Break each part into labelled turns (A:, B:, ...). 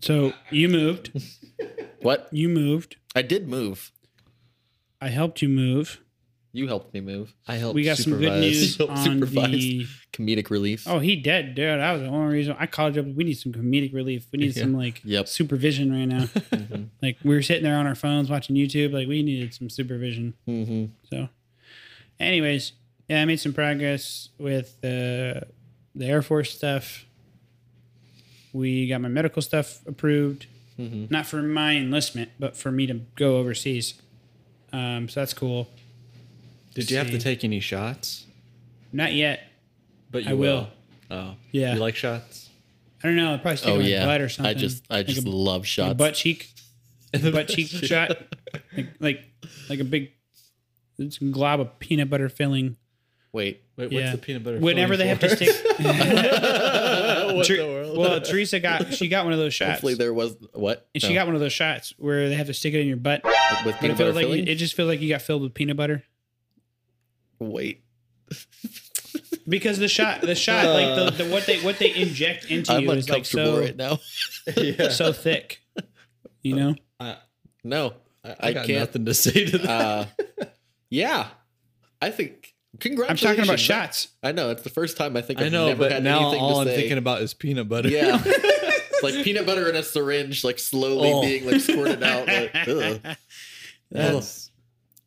A: So you moved.
B: What?
A: You moved.
B: I did move.
A: I helped you move.
B: You helped me move.
C: I help.
A: We got some good
C: supervise.
A: news
B: Help
A: on the.
B: Comedic relief.
A: Oh, he dead, dude. That was the only reason I called you up. We need some comedic relief. We need
B: Yeah.
A: some like
B: Yep.
A: supervision right now.
B: Mhm.
A: like we were sitting there on our phones watching YouTube. Like we needed some supervision.
B: Mhm.
A: So, anyways, yeah, I made some progress with uh, the Air Force stuff. We got my medical stuff approved,
B: Mm-hmm.
A: not for my enlistment, but for me to go overseas. Um, so that's cool.
C: Did you have to
A: See.
C: take any shots?
A: Not yet.
C: But you
A: I will.
C: Oh,
A: Yeah.
C: You like shots?
A: I don't know. I'll probably stick
B: Oh
A: my
B: yeah.
A: butt or something.
B: I just I
A: Like a-
B: just love
A: like a
B: shots.
A: butt cheek, a butt cheek shot, like, like like a big it's a glob of peanut butter filling.
B: Wait.
C: Wait,
A: Yeah.
C: what's the peanut butter?
A: Whenever they
C: filling
A: have to
C: for?
A: stick,
C: what
A: Tre-
C: the world?
A: well, Teresa got she got one of those shots.
B: Hopefully there was what?
A: And she
B: No.
A: got one of those shots where they have to stick it in your butt.
B: with
A: But it,
B: peanut butter
A: feels like
B: filling?
A: it just feels like you got filled with peanut butter
B: Wait.
A: because the shot, the shot, like the, the what they what they inject into
B: I'm
A: you is like
B: uncomfortable
A: so
B: right now.
C: yeah.
A: so thick. You know,
C: I,
B: No.
C: I,
B: I
C: I got
B: can't-
C: nothing to say to that.
B: Uh, yeah. I think
A: I'm
B: congratulations.
A: talking about shots.
B: I know it's the first time I think I've
C: I know,
B: never
C: but
B: had
C: now
B: anything
C: all
B: to
C: I'm
B: say.
C: thinking about is peanut butter.
B: Yeah. it's like peanut butter in a syringe, like slowly
C: Oh.
B: being like squirted out. Like, ugh.
C: That's,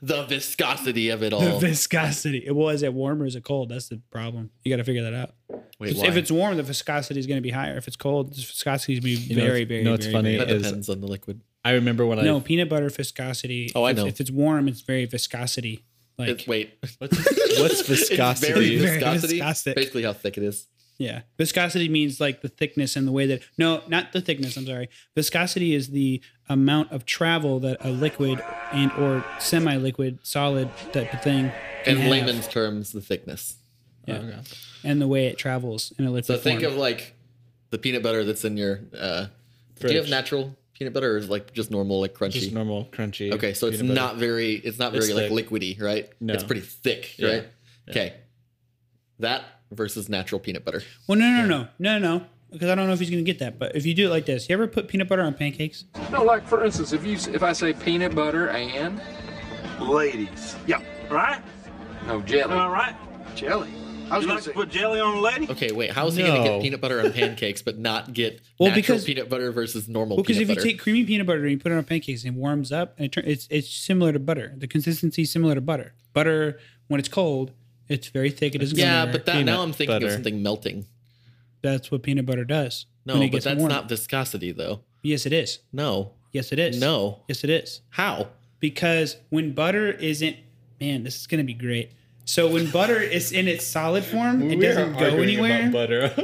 B: the viscosity of it
A: The
B: all.
A: viscosity. It was it warm or is it cold? That's the problem. You got to figure that out.
B: Wait,
A: if it's warm, the viscosity is going to be higher. If it's cold, the viscosity is going to be
C: You know,
A: very,
C: it's-
A: very,
C: you know, it's
A: very,
C: funny.
A: very-
B: that
C: it is-
B: depends on the liquid.
C: I remember when
A: No,
C: I
A: peanut butter viscosity.
B: Oh, I
A: if,
B: know.
A: If it's warm, it's very viscosity. Like
B: It's, wait,
C: what's, what's
B: it's very
A: Very
C: viscosity?
B: viscosity.
A: viscostic.
B: Basically, how thick it is.
A: Yeah. Viscosity means like the thickness and the way that no, not the thickness, I'm sorry. Viscosity is the amount of travel that a liquid and or semi-liquid solid type of thing can
B: In
A: have,
B: layman's terms, the thickness.
C: Oh,
A: Yeah. and the way it travels in a liquid
B: So think
A: form.
B: of like the peanut butter that's in your. Uh, do
C: Fridge.
B: you have natural peanut butter or is it, like just normal, like crunchy?
C: Just normal crunchy.
B: Okay, so it's
C: peanut butter.
B: not very it's not
C: It's
B: very like liquidy, right?
C: No.
B: It's pretty thick,
C: Yeah.
B: right? Okay. That versus natural peanut butter.
A: Well, no, no, no, no, no, no, because I don't know if he's gonna get that. But if you do it like this, you ever put peanut butter on pancakes?
D: No, like for instance, if you s- if I say peanut butter and
E: Ladies. Yeah. Right?
D: no jelly,
E: All right.
D: jelly. I
E: I
D: was
E: was
D: gonna
E: like
D: say
E: to put jelly on a lady.
B: Okay, wait, how is he gonna
C: No.
B: get peanut butter on pancakes but not get
A: Well,
B: natural
A: because-
B: peanut butter versus normal
A: Well, because
B: peanut
A: if you
B: butter?
A: take creamy peanut butter and you put it on pancakes, it warms up and it turn, it's it's similar to butter. The consistency is similar to butter. Butter when it's cold, it's very thick. It doesn't. go
B: yeah,
A: anywhere.
B: but that
C: peanut
B: now I'm thinking of
C: butter.
B: something melting.
A: that's what peanut butter does. when
B: No,
A: it
B: but
A: gets
B: that's
A: warm.
B: not viscosity though.
A: Yes, it is.
B: No.
A: Yes, it is.
B: No.
A: Yes, it is.
B: How?
A: Because when butter isn't, man, this is gonna be great. So when butter is in its solid form, it doesn't go anywhere.
C: butter.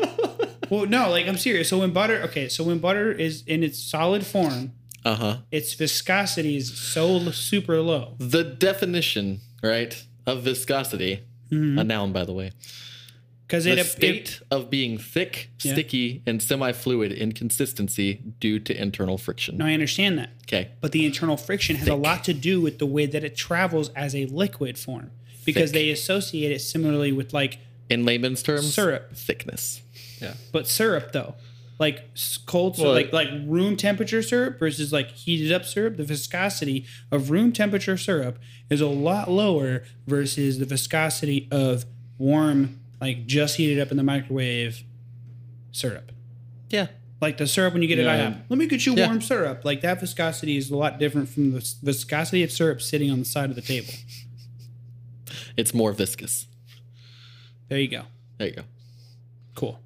A: Well, no, like I'm serious. So when butter, okay, so when butter is in its solid form,
B: Uh-huh.
A: its viscosity is so l- super low.
B: The definition, right, of viscosity. A noun, by the way.
A: Because Mm-hmm. it,
B: The
A: it, it
B: state of being thick,
A: Yeah.
B: sticky, and semi-fluid in consistency due to internal friction.
A: no, I understand that.
B: Okay.
A: But the internal friction has a lot to do with the way that it travels as a liquid form. Because
B: Thick.
A: they associate it similarly with like
B: In layman's terms,
A: Syrup.
B: thickness.
A: but syrup though. Like s- cold syrup,
C: Well,
A: like like room temperature syrup versus like heated up syrup, the viscosity of room temperature syrup is a lot lower versus the viscosity of warm, like just heated up in the microwave syrup.
B: Yeah.
A: Like the syrup when you get it
C: Yeah.
A: IHOP. Let me get you
B: Yeah.
A: warm syrup. Like that viscosity is a lot different from the s- viscosity of syrup sitting on the side of the table.
B: It's more viscous.
A: There you go.
B: There you go.
A: Cool.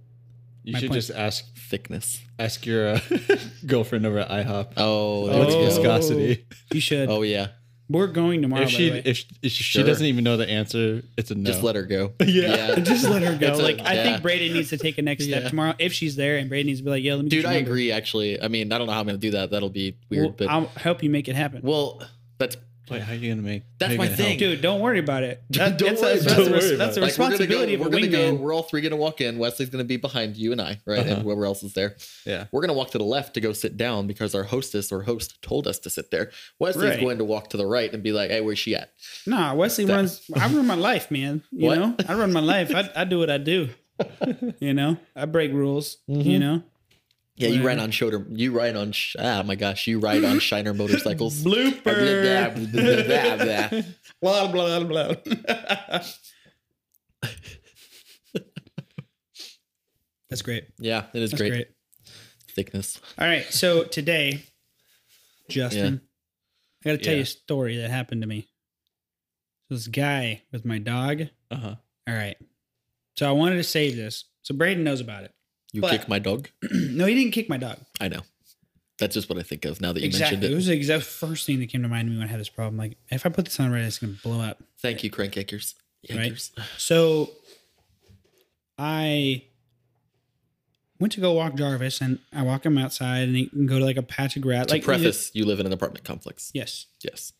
C: you
A: My
C: should
A: point.
C: just ask
B: Thickness.
C: ask your uh, girlfriend over at IHOP.
B: Oh, there
C: What's
B: we go.
A: disgusting.
C: viscosity?
A: You should.
B: Oh, yeah.
A: We're going tomorrow.
C: If
A: by
C: she
A: the way.
C: if, if she
B: Sure.
C: doesn't even know the answer, it's a no.
B: Just let her go.
C: Yeah.
A: just let her go.
B: It's a-
A: like I
B: yeah.
A: think Braden needs to take a next step
B: Yeah.
A: tomorrow if she's there, and Braden needs to be like, "Yo, let me." get
B: Dude,
A: your
B: I
A: number."
B: agree, actually. I mean, I don't know how I'm going to do that. That'll be weird,
A: Well,
B: but.
A: I'll help you make it happen.
B: well, that's.
C: Wait, how are you gonna make?
B: That's
C: how you
B: my
C: gonna
B: thing.
C: help?
A: Dude, don't worry about it. That-
B: Don't
A: that's
B: worry
A: a,
B: about
A: that's a res-
C: it. Don't worry
A: that's a
B: Like, we're gonna go.
C: about
A: responsibility
B: We're
A: of a
B: gonna go.
A: wingman.
B: We're all three gonna walk in. Wesley's gonna be behind you and I, right? And whoever else is there.
C: Yeah.
B: We're gonna walk to the left to go sit down because our hostess or host told us to sit there. Wesley's
A: Right.
B: going to walk to the right and be like, "Hey, where's she at?"
A: Nah, Wesley runs. I run my life, man. You
B: What?
A: know, I
B: Mm-hmm.
A: run my life. I, I do what I do. you know, I break rules. You know,
B: Yeah, you ride on shoulder. You ride on. Sh- ah, my gosh, you ride on Shiner motorcycles. Blah,
A: Blooper.
B: blah, blah, blah, blah.
A: blah blah blah. That's great.
B: yeah, it is
A: That's
B: great.
A: great.
B: Thickness.
A: All right. So today, Justin, I got to tell you
C: Yeah.
A: a story that happened to me. This guy with my dog.
C: Uh huh.
A: All right. So I wanted to save this. So Braden knows about it.
B: You
A: But-
B: kick my dog.
A: no, he didn't kick my dog.
B: I know. That's just what I think of now that you
A: Exactly. It.
B: mentioned it.
A: was the exact first thing that came to mind when I had this problem. Like, if I put this on Reddit, it's going to blow up.
B: Thank you, crank yankers.
A: Right.
B: Yankers.
A: So I went to go walk Jarvis and I walk him outside and he can go to like a patch of grass.
B: To
A: like
B: preface, you live in an apartment complex.
A: Yes.
B: Yes.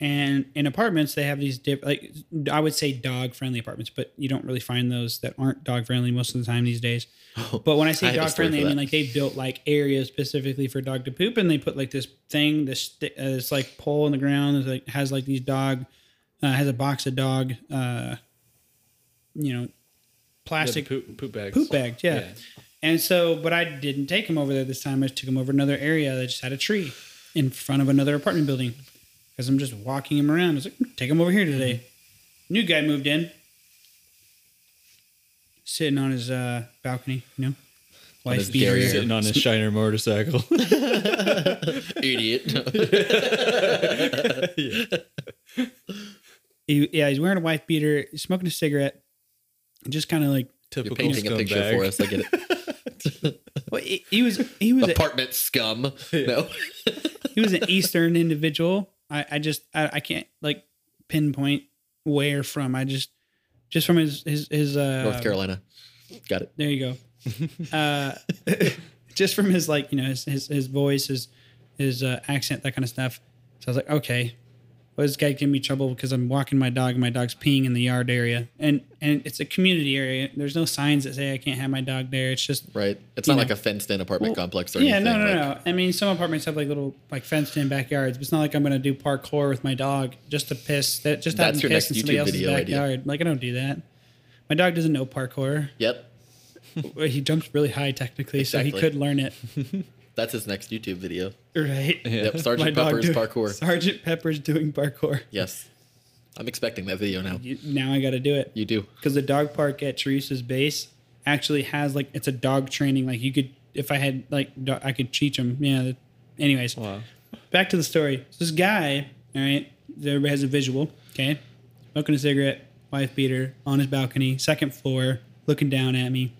A: And in apartments, they have these diff- like I would say dog friendly apartments, but you don't really find those that aren't dog friendly most of the time these days. But when I say
B: Oh, I have a
A: dog
B: story
A: friendly, I
B: for
A: mean
B: that.
A: like they built like areas specifically for dog to poop, and they put like this thing, this sti- uh, this like pole in the ground that like, has like these dog uh, has a box of dog, uh, you know, plastic
C: poop, poop bags.
A: poop bags, yeah.
C: Yeah.
A: And so, but I didn't take him over there this time. I took him over to another area that just had a tree in front of another apartment building because I'm just walking him around. I was like, "Mm, take him over here today. New guy moved in, sitting on his uh, balcony, you know, wife
B: his
A: beater.
B: derriere.
C: Sitting on his Shiner motorcycle.
B: Idiot.
A: He, yeah, he's wearing a wife beater, he's smoking a cigarette, just kind of like,
B: You're
C: Typical
B: painting a picture
C: scumbag.
B: for us. I get it.
A: well, he, he was he was a-
B: Apartment scum. No.
A: Um, he was an Eastern individual. I, I just I, I can't like pinpoint where from. I just just from his his his uh,
B: North Carolina. Got it.
A: There you go. uh, just from his like you know his his, his voice his his uh, accent that kind of stuff. So I was like, okay, well this guy giving me trouble because I'm walking my dog and my dog's peeing in the yard area and and it's a community area. There's no signs that say I can't have my dog there. It's just
B: Right. It's
A: You
B: not
A: know.
B: like a fenced in apartment
A: well,
B: complex or
A: yeah,
B: anything.
A: no, no,
B: like-
A: no. I mean, some apartments have like little like fenced in backyards, but it's not like I'm gonna do parkour with my dog just to piss that just to have
B: That's
A: him
B: your
A: piss in
B: next
A: somebody
B: YouTube
A: else's
B: video idea.
A: backyard. Like I don't do that. My dog doesn't know parkour.
B: Yep.
A: He jumps really high technically, so he
B: Exactly.
A: could learn it.
B: That's his next YouTube video.
A: Right.
B: Yep.
A: My
B: Sergeant
A: dog
B: Pepper's
A: doing-
B: parkour.
A: Sergeant Pepper's doing parkour.
B: Yes. I'm expecting that video now.
A: You- Now I got to do it
B: You do.
A: because the dog park at Teresa's base actually has like it's a dog training. Like you could, if I had like, do- I could teach him. Yeah. that- Anyways,
C: Wow.
A: back to the story. So this guy, all right, everybody has a visual, okay? Smoking a cigarette, wife beater, on his balcony, second floor, looking down at me.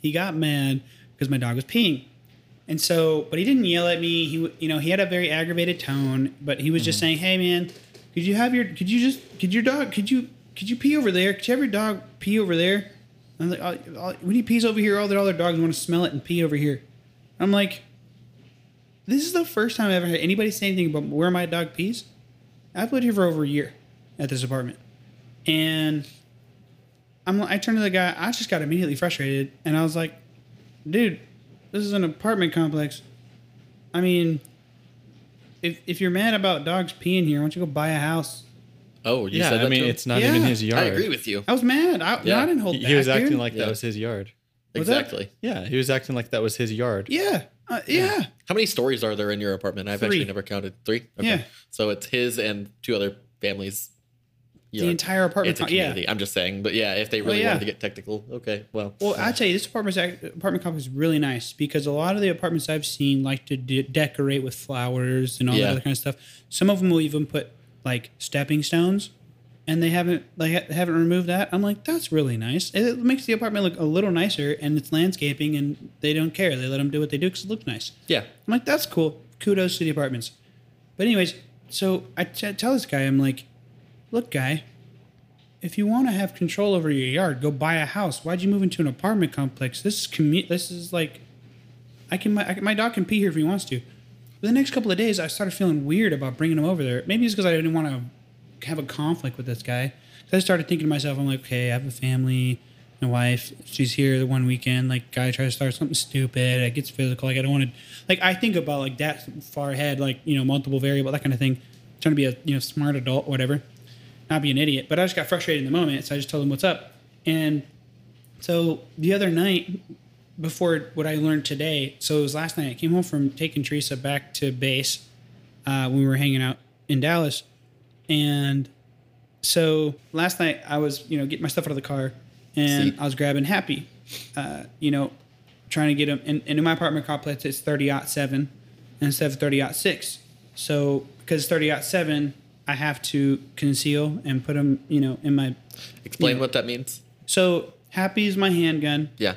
A: He got mad because my dog was peeing. And so, but he didn't yell at me. He, w- you know, he had a very aggravated tone, but he was just saying, "Hey, man, could you have your, could you just, could your dog, could you, could you pee over there? Could you have your dog pee over there?" I'm like, oh, oh, "When he pees over here, all the other dogs want to smell it and pee over here." I'm like, this is the first time I've ever heard anybody say anything about where my dog pees. I've lived here for over a year at this apartment. And I'm I turned to the guy, I just got immediately frustrated and I was like, dude, this is an apartment complex. I mean, if if you're mad about dogs peeing here, why don't you go buy a house?
B: Oh, you
C: Yeah,
B: said that
C: I mean,
B: to him?
C: it's not
A: Yeah.
C: even his yard.
B: I agree with you.
A: I was mad. I, no, I
B: Yeah,
A: didn't hold
C: He,
A: back.
C: he was acting
A: dude.
C: like
B: Yeah.
C: that was his yard.
A: Was that-
B: Exactly.
C: Yeah, he was acting like that was his yard.
A: Yeah. Uh, yeah.
B: How many stories are there in your apartment? I've
A: Three.
B: actually never counted. Three?
A: Yeah.
B: So it's his and two other families.
A: The entire apartment
B: It's a
A: co- yeah. Oh,
B: community. I'm just saying. But yeah, if they really
A: yeah.
B: wanted to get technical, okay, well.
A: Well, I tell you, this apartment apartment complex is really nice because a lot of the apartments I've seen like to de- decorate with flowers and all that
B: Yeah.
A: other kind of stuff. Some of them will even put like stepping stones, and they haven't they ha- haven't removed that. I'm like, that's really nice. It, it makes the apartment look a little nicer, and it's landscaping, and they don't care. They let them do what they do because it looks nice.
B: Yeah.
A: I'm like, that's cool. Kudos to the apartments. But anyways, so I t- tell this guy, I'm like, look, guy, if you want to have control over your yard, go buy a house. Why'd you move into an apartment complex? This is commu- This is like, I can my, I can my dog can pee here if he wants to. But the next couple of days, I started feeling weird about bringing him over there. Maybe it's because I didn't want to have a conflict with this guy. So I started thinking to myself, I'm like, okay, I have a family. My wife, she's here the one weekend. Like, guy tries to start something stupid. It gets physical. Like, I don't want to. Like, I think about like that far ahead, like you know, multiple variable, that kind of thing. Trying to be a you know smart adult, whatever not be an idiot, but I just got frustrated in the moment, so I just told him what's up. And so the other night, before what I learned today. So it was last night. I came home from taking Teresa back to base uh, when we were hanging out in Dallas, and so last night I was you know getting my stuff out of the car, and
B: See.
A: I was grabbing Happy, uh, you know, trying to get him. And, and in my apartment complex, it's thirty out seven instead of thirty out six. So because thirty out seven, I have to conceal and put him you know in my.
B: Explain what that means.
A: So Happy is my handgun.
B: Yeah.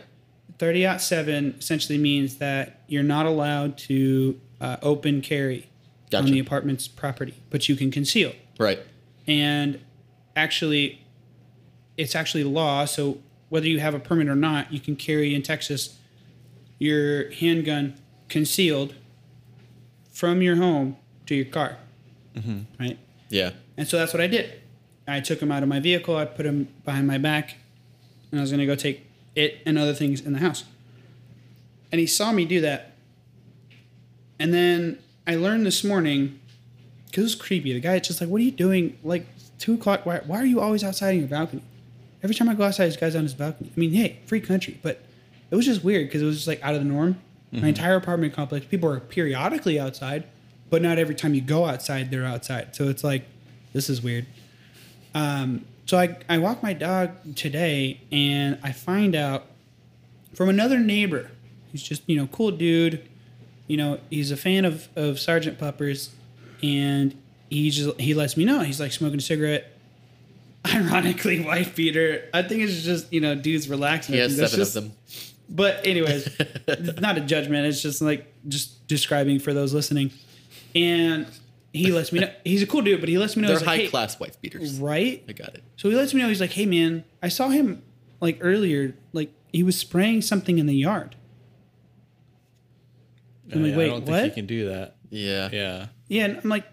A: 30 out 7 essentially means that you're not allowed to uh, open carry
B: Gotcha.
A: on the apartment's property, but you can conceal.
B: Right.
A: And actually, it's actually law. So whether you have a permit or not, you can carry in Texas your handgun concealed from your home to your car. Right?
B: Yeah.
A: And so that's what I did. I took him out of my vehicle. I put him behind my back, and I was going to go take it and other things in the house. And he saw me do that. And then I learned this morning, because it was creepy. The guy's just like, "What are you doing? Like it's two o'clock? Why, why are you always outside on your balcony? Every time I go outside, this guy's on his balcony. I mean, hey, free country, but it was just weird because it was just like out of the norm.
B: Mm-hmm.
A: My entire apartment complex, people are periodically outside, but not every time you go outside, they're outside. So it's like, this is weird. Um, so I, I walk my dog today and I find out from another neighbor who's just, you know, cool dude. You know, he's a fan of, of Sergeant Puppers and he just, he lets me know. He's like smoking a cigarette. Ironically, white beater. I think it's just, you know, dudes relaxing.
B: He
A: I
B: has
A: think that's
B: seven
A: just-
B: of them.
A: but anyways, it's not a judgment. It's just like just describing for those listening. And he lets me know he's a cool dude, but he lets me know
B: They're
A: he's like,
B: high
A: "Hey,"
B: class wife beaters.
A: right?
B: I got it.
A: So he lets me know he's like, "Hey man, I saw him like earlier. Like he was spraying something in the yard." I'm like,
C: Yeah,
A: "Wait,
C: I don't
A: what?"
C: think you can do that.
B: Yeah.
C: Yeah.
A: Yeah, and I'm like,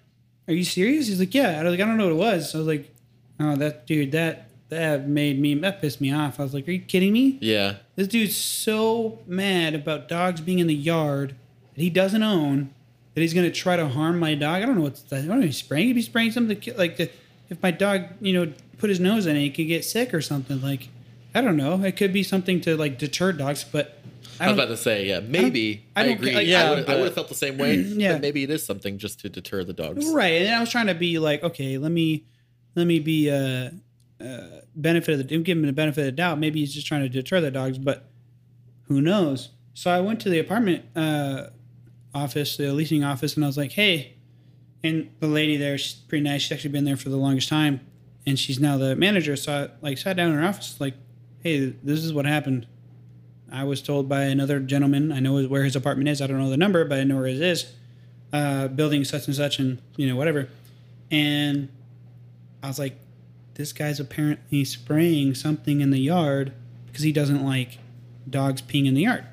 A: "Are you serious?" He's like, "Yeah." I was like, "I don't know what it was." So I was like, "Oh, that dude, that that made me that pissed me off." I was like, "Are you kidding me?"
B: Yeah.
A: This dude's so mad about dogs being in the yard that he doesn't own that he's gonna try to harm my dog. I don't know what's I don't know. He's spraying. If he's spraying something to kill- like the, if my dog, you know, put his nose in it, he could get sick or something. Like I don't know. It could be something to like deter dogs, but I
B: I was
A: don't.
B: about to say, yeah, maybe.
A: I
B: I,
A: don't ca-
B: agree.
A: like,
B: yeah,
A: I
B: I
A: don't-
B: would have felt the same way.
A: Yeah.
B: But maybe it is something just to deter the dogs.
A: right, and I was trying to be like, okay, let me let me be uh, uh benefit of the give him the benefit of the doubt. Maybe he's just trying to deter the dogs, but who knows? So I went to the apartment uh, office, the leasing office, and I was like, hey, and the lady there, she's pretty nice. She's actually been there for the longest time, and she's now the manager. So I like sat down in her office, like, hey, this is what happened. I was told by another gentleman. I know where his apartment is. I don't know the number, but I know where it is. Uh, building such and such, and you know whatever. And I was like, this guy's apparently spraying something in the yard because he doesn't like dogs peeing in the yard.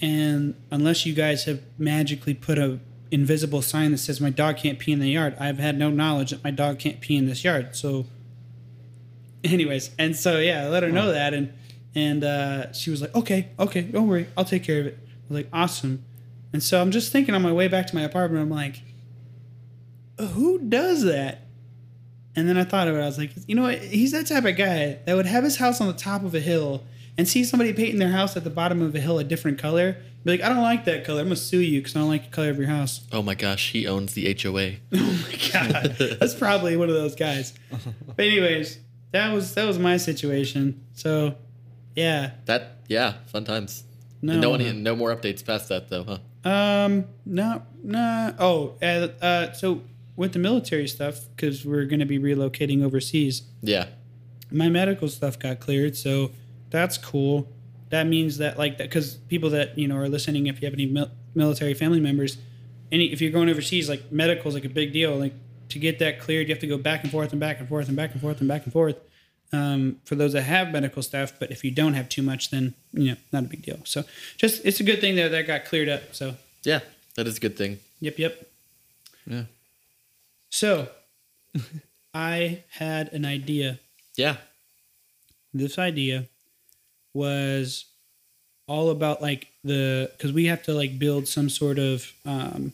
A: And unless you guys have magically put a invisible sign that says my dog can't pee in the yard, I've had no knowledge that my dog can't pee in this yard. So anyways, and so yeah, I let her know that and and uh, she was like, Okay, okay, don't worry, I'll take care of it. I was like, awesome. And so I'm just thinking on my way back to my apartment, I'm like, who does that? And then I thought of it. I was like, you know what? He's that type of guy that would have his house on the top of a hill and see somebody painting their house at the bottom of a hill a different color. Be like, I don't like that color. I'm gonna sue you because I don't like the color of your house.
B: Oh my gosh, he owns the HOA.
A: Oh my god, that's probably one of those guys. But anyways, that was that was my situation. So, yeah,
B: That yeah, fun times.
A: no,
B: No, one, no more updates past that though, huh?
A: Um, no, no. Oh, uh, uh, so with the military stuff, because we're gonna be relocating overseas.
B: Yeah,
A: my medical stuff got cleared, so that's cool. That means that like that because people that you know are listening, if you have any mil- military family members, any if you're going overseas, like medical is like a big deal. Like to get that cleared, you have to go back and forth and back and forth and back and forth and back and forth. Um, for those that have medical stuff, but if you don't have too much, then you know not a big deal. So just it's a good thing that that got cleared up. So
B: yeah, that is a good thing.
A: yep, yep.
C: Yeah.
A: So I had an idea
B: Yeah,
A: this idea was all about like the because we have to like build some sort of um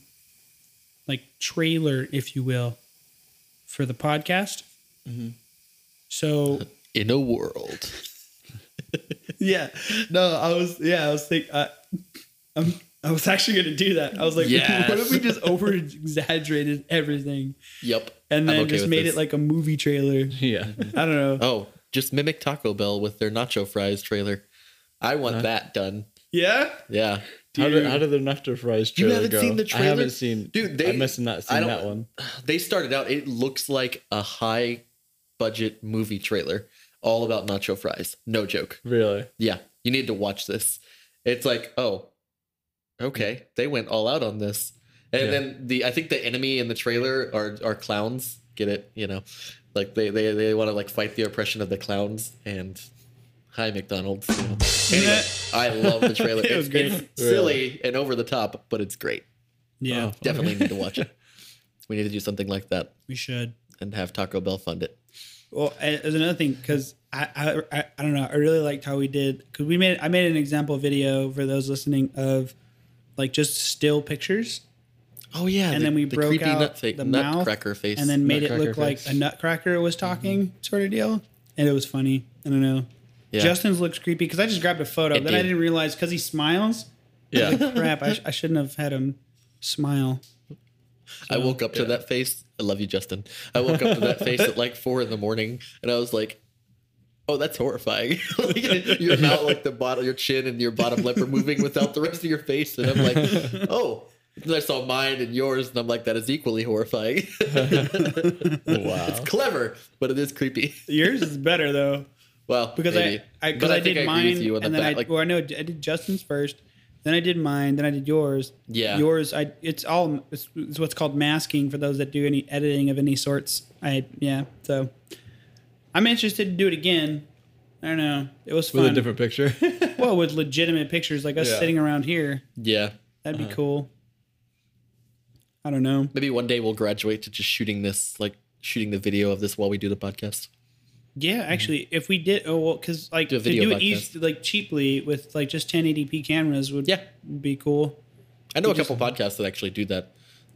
A: like trailer if you will for the Mm-hmm. podcast so
B: in a world
A: Yeah. No, I was. Yeah, I was thinking. Uh, I'm. I was actually gonna do that. I was like,
B: Yes.
A: what if we just over exaggerated everything
B: Yep.
A: and
B: I'm
A: then
B: okay
A: just
B: with
A: made
B: this.
A: it like a movie trailer?
C: Yeah.
A: I don't know.
B: Oh, just mimic Taco Bell with their nacho fries trailer. I want that done.
A: Yeah.
B: Yeah.
C: How did,
A: Dude.
C: how did the Nacho Fries
B: You
C: trailer
B: haven't
C: go?
B: seen the
C: I
B: trailer?
C: haven't seen.
B: Dude, they-
C: I must have not
B: I
C: seen
B: don't-
C: that one.
B: They started out, it looks like a high budget movie trailer all about nacho fries. No joke.
C: Really?
B: Yeah. You need to watch this. It's like, oh, okay. They went all out on this. And
C: Yeah.
B: then the I think the enemy in the trailer are are clowns. Get it? You know. Like they they, they want to like fight the oppression of the clowns and hi McDonald's. you know. Anyway, I love the trailer.
A: It
B: it's,
A: was great.
B: it's silly and over the top, but it's great.
A: Yeah.
C: Oh.
B: Definitely need to watch it. We need to do something like that
A: We should.
B: and have Taco Bell fund it.
A: Well, and there's another thing because I, I I I don't know. I really liked how we did because we made I made an example video for those listening of like just still pictures
B: Oh yeah,
A: And then we broke out the mouth,
B: nutcracker face,
A: and then made it
C: Nutcracker
A: look like
C: face.
A: a nutcracker was talking sort of deal, and it was funny. I don't know.
B: yeah.
A: Justin's looks creepy because I just grabbed a photo,
B: It
A: then I
B: did.
A: didn't realize because he smiles.
C: Yeah.
A: Crap! I, sh- I shouldn't have had him smile.
B: I woke up to that face. I love you, Justin. I woke up to that face at like four in the morning, and I was like, "Oh, that's horrifying." Like, your mouth, like the bottom, your chin and your bottom lip are moving without the rest of your face, and I'm like, "Oh." Then I saw mine and yours, and I'm like, "That is equally horrifying."
C: wow.
B: Clever, but it is creepy.
A: Yours is better though.
B: Well,
A: because
B: maybe.
A: I, I, because
B: But
A: I,
B: think
A: did
B: agree
A: mine
B: with you on the
A: and then I
B: fact, like,
A: well I know I did Justin's first, then I did mine, then I did yours.
B: Yeah.
A: yours I it's all it's, it's what's called masking for those that do any editing of any sorts. I yeah so I'm interested to do it again. I don't know. It was
C: With
A: fun.
C: a different picture.
A: well, with legitimate pictures like us
C: Yeah.
A: sitting around here,
B: yeah,
A: that'd
B: Uh-huh.
A: be cool. I don't know.
B: maybe one day we'll graduate to just shooting this, like shooting the video of this while we do the podcast.
A: Yeah, actually, if we did, oh well, because like
B: Mm-hmm. Do a
A: to
B: video
A: do it
B: podcast.
A: easy, like cheaply with like just 1080p cameras would
B: Yeah.
A: be cool.
B: I know a couple podcasts that actually do that,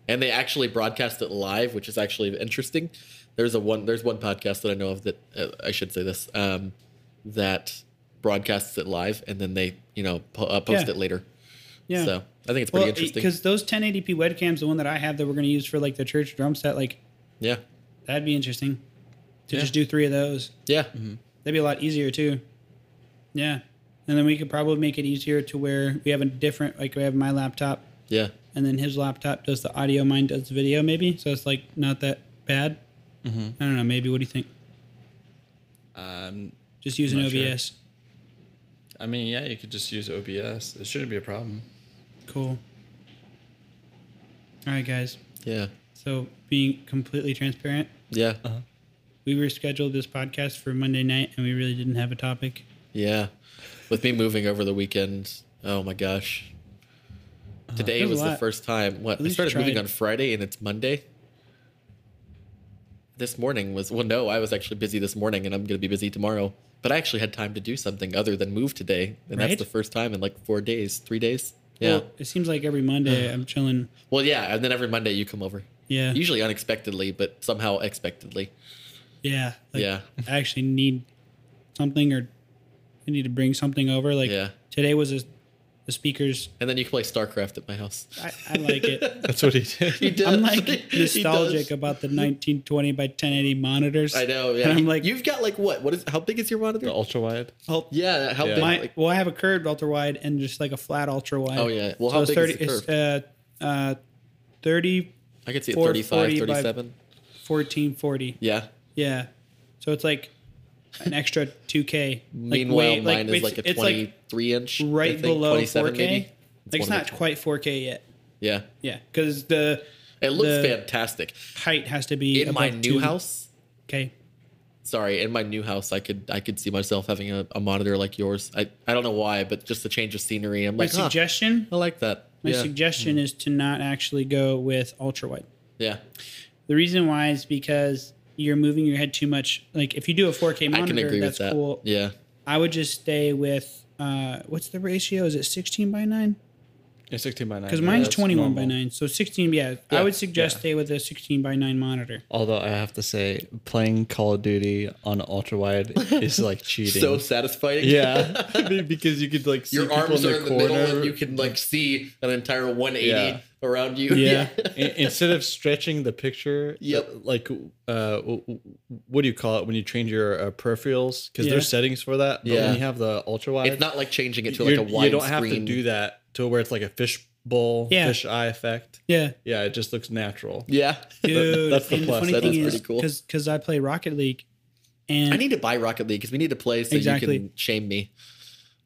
B: and they actually broadcast it live, which is actually interesting. There's a one. There's one podcast that I know of that uh, I should say this um, that broadcasts it live, and then they you know po- uh, post
A: Yeah.
B: it later.
A: Yeah.
B: So I think it's pretty interesting.
A: Because those 1080p webcams, the one that I have that we're going to use for like the church drum set, like
B: yeah,
A: that'd be interesting to
B: Yeah.
A: just do three of those.
B: yeah,
A: That'd be a lot easier too. Yeah. And then we could probably make it easier to where we have a different, like we have my laptop
B: yeah.
A: and then his laptop does the audio, mine does the video maybe. So it's like not that bad. I don't know. Maybe what do you think?
C: um,
A: Just using
C: Not sure.
A: OBS.
C: I mean, yeah, you could just use OBS. It shouldn't be a problem.
A: Cool. All right, guys.
B: Yeah,
A: So being completely transparent,
B: yeah,
A: we were scheduled this podcast for Monday night, and we really didn't have a topic.
B: yeah. With me moving over the weekend, oh my gosh. Today
A: Uh, There's a
B: was the
A: lot.
B: first time. What I
A: least you
B: started moving
A: tried.
B: on Friday, and it's Monday. This morning was well, no, I was actually busy this morning, and I'm going to be busy tomorrow. But I actually had time to do something other than move today, and
A: Right?
B: that's the first time in like four days, three days. Yeah.
A: Well, it seems like every Monday I'm chilling.
B: Well, yeah, and then every Monday you come over,
A: Yeah.
B: usually unexpectedly, but somehow expectedly.
A: yeah. Like,
B: yeah,
A: I actually need something, or I need to bring something over. Like
B: yeah.
A: today was a, the speakers.
B: And then you can play StarCraft at my house.
A: I, I like it.
C: That's what he did.
B: He does.
A: I'm like
B: He does.
A: nostalgic about the 1920 by 1080 monitors.
B: I know. Yeah.
A: And I'm
B: You-
A: like,
B: you've got like what? What is? How big is your monitor?
C: the ultra wide.
B: Yeah. How
C: Yeah.
B: big?
A: My,
B: like-
A: well, I have a curved ultra wide and just like a flat ultra wide.
B: oh yeah. Well,
A: So
B: how
A: it's
B: big
A: 30,
B: is the curve?
A: it's uh, uh, 30,
B: I could see it
A: 4,
B: 35,
A: 40 by-
B: 37.
A: 14, 40.
B: Yeah.
A: Yeah. So it's like an extra 2K.
B: Meanwhile,
A: way-
B: mine is
A: it's-
B: like a
A: it's
B: 23 inch. I
A: right
B: think,
A: below
B: 27
A: 4K.
B: maybe.
A: Like it's
B: one of
A: not quite 4K yet.
B: the- Yeah.
A: Yeah, because the
B: It looks
A: The-
B: fantastic.
A: height has to be
B: In my
A: above
B: new
A: two-
B: house, Oh
A: Okay.
B: sorry, in my new house, I could I could see myself having a, a monitor like yours. I, I don't know why, but just the change of scenery. I'm
A: My
B: like, huh,
A: suggestion,
B: I like that.
A: my
B: yeah. Hmm.
A: suggestion is to not actually go with ultra wide.
B: yeah.
A: The reason why is because you're moving your head too much. Like if you do a 4K
B: I can
A: monitor,
B: agree
A: that's
B: with that.
A: cool.
B: Yeah.
A: I would just stay with uh, what's the ratio? Is it 16 by 9?
C: Yeah, 16 by 9.
A: Because
C: yeah,
A: mine's
C: that's
A: 21 by
C: normal.
A: 9. So 16, yeah. I
C: Yeah,
A: would suggest
C: yeah.
A: stay with a 16 by 9 monitor.
C: Although I have to say, playing Call of Duty on ultra wide is like cheating.
B: So satisfying.
C: yeah, I mean, because you could like see
B: Your
C: people
B: arms
C: in
B: are
C: the
B: in the
C: corner.
B: middle and you can like see an entire 180
C: Yeah.
B: around you.
C: yeah. In- Instead of stretching the picture,
B: Yep.
C: uh, Like, uh, w- w- what do you call it when you change your uh, peripherals? Because
A: Yeah.
C: there's settings for that. But
B: Yeah.
C: when you have the ultra wide,
B: It's not like changing it to like a
C: you're-
B: wide
C: you don't have to
B: screen.
C: do that to where it's like a fish bowl,
A: Yeah.
C: fish eye effect.
A: Yeah.
C: Yeah, it just looks natural.
B: Yeah.
A: Dude.
C: that's the
A: and
C: plus.
A: the funny
B: That
A: thing
B: is
A: is,
B: pretty cool.
A: because I play Rocket League, and
B: I need to buy Rocket League because we need to play so
A: Exactly.
B: you can shame me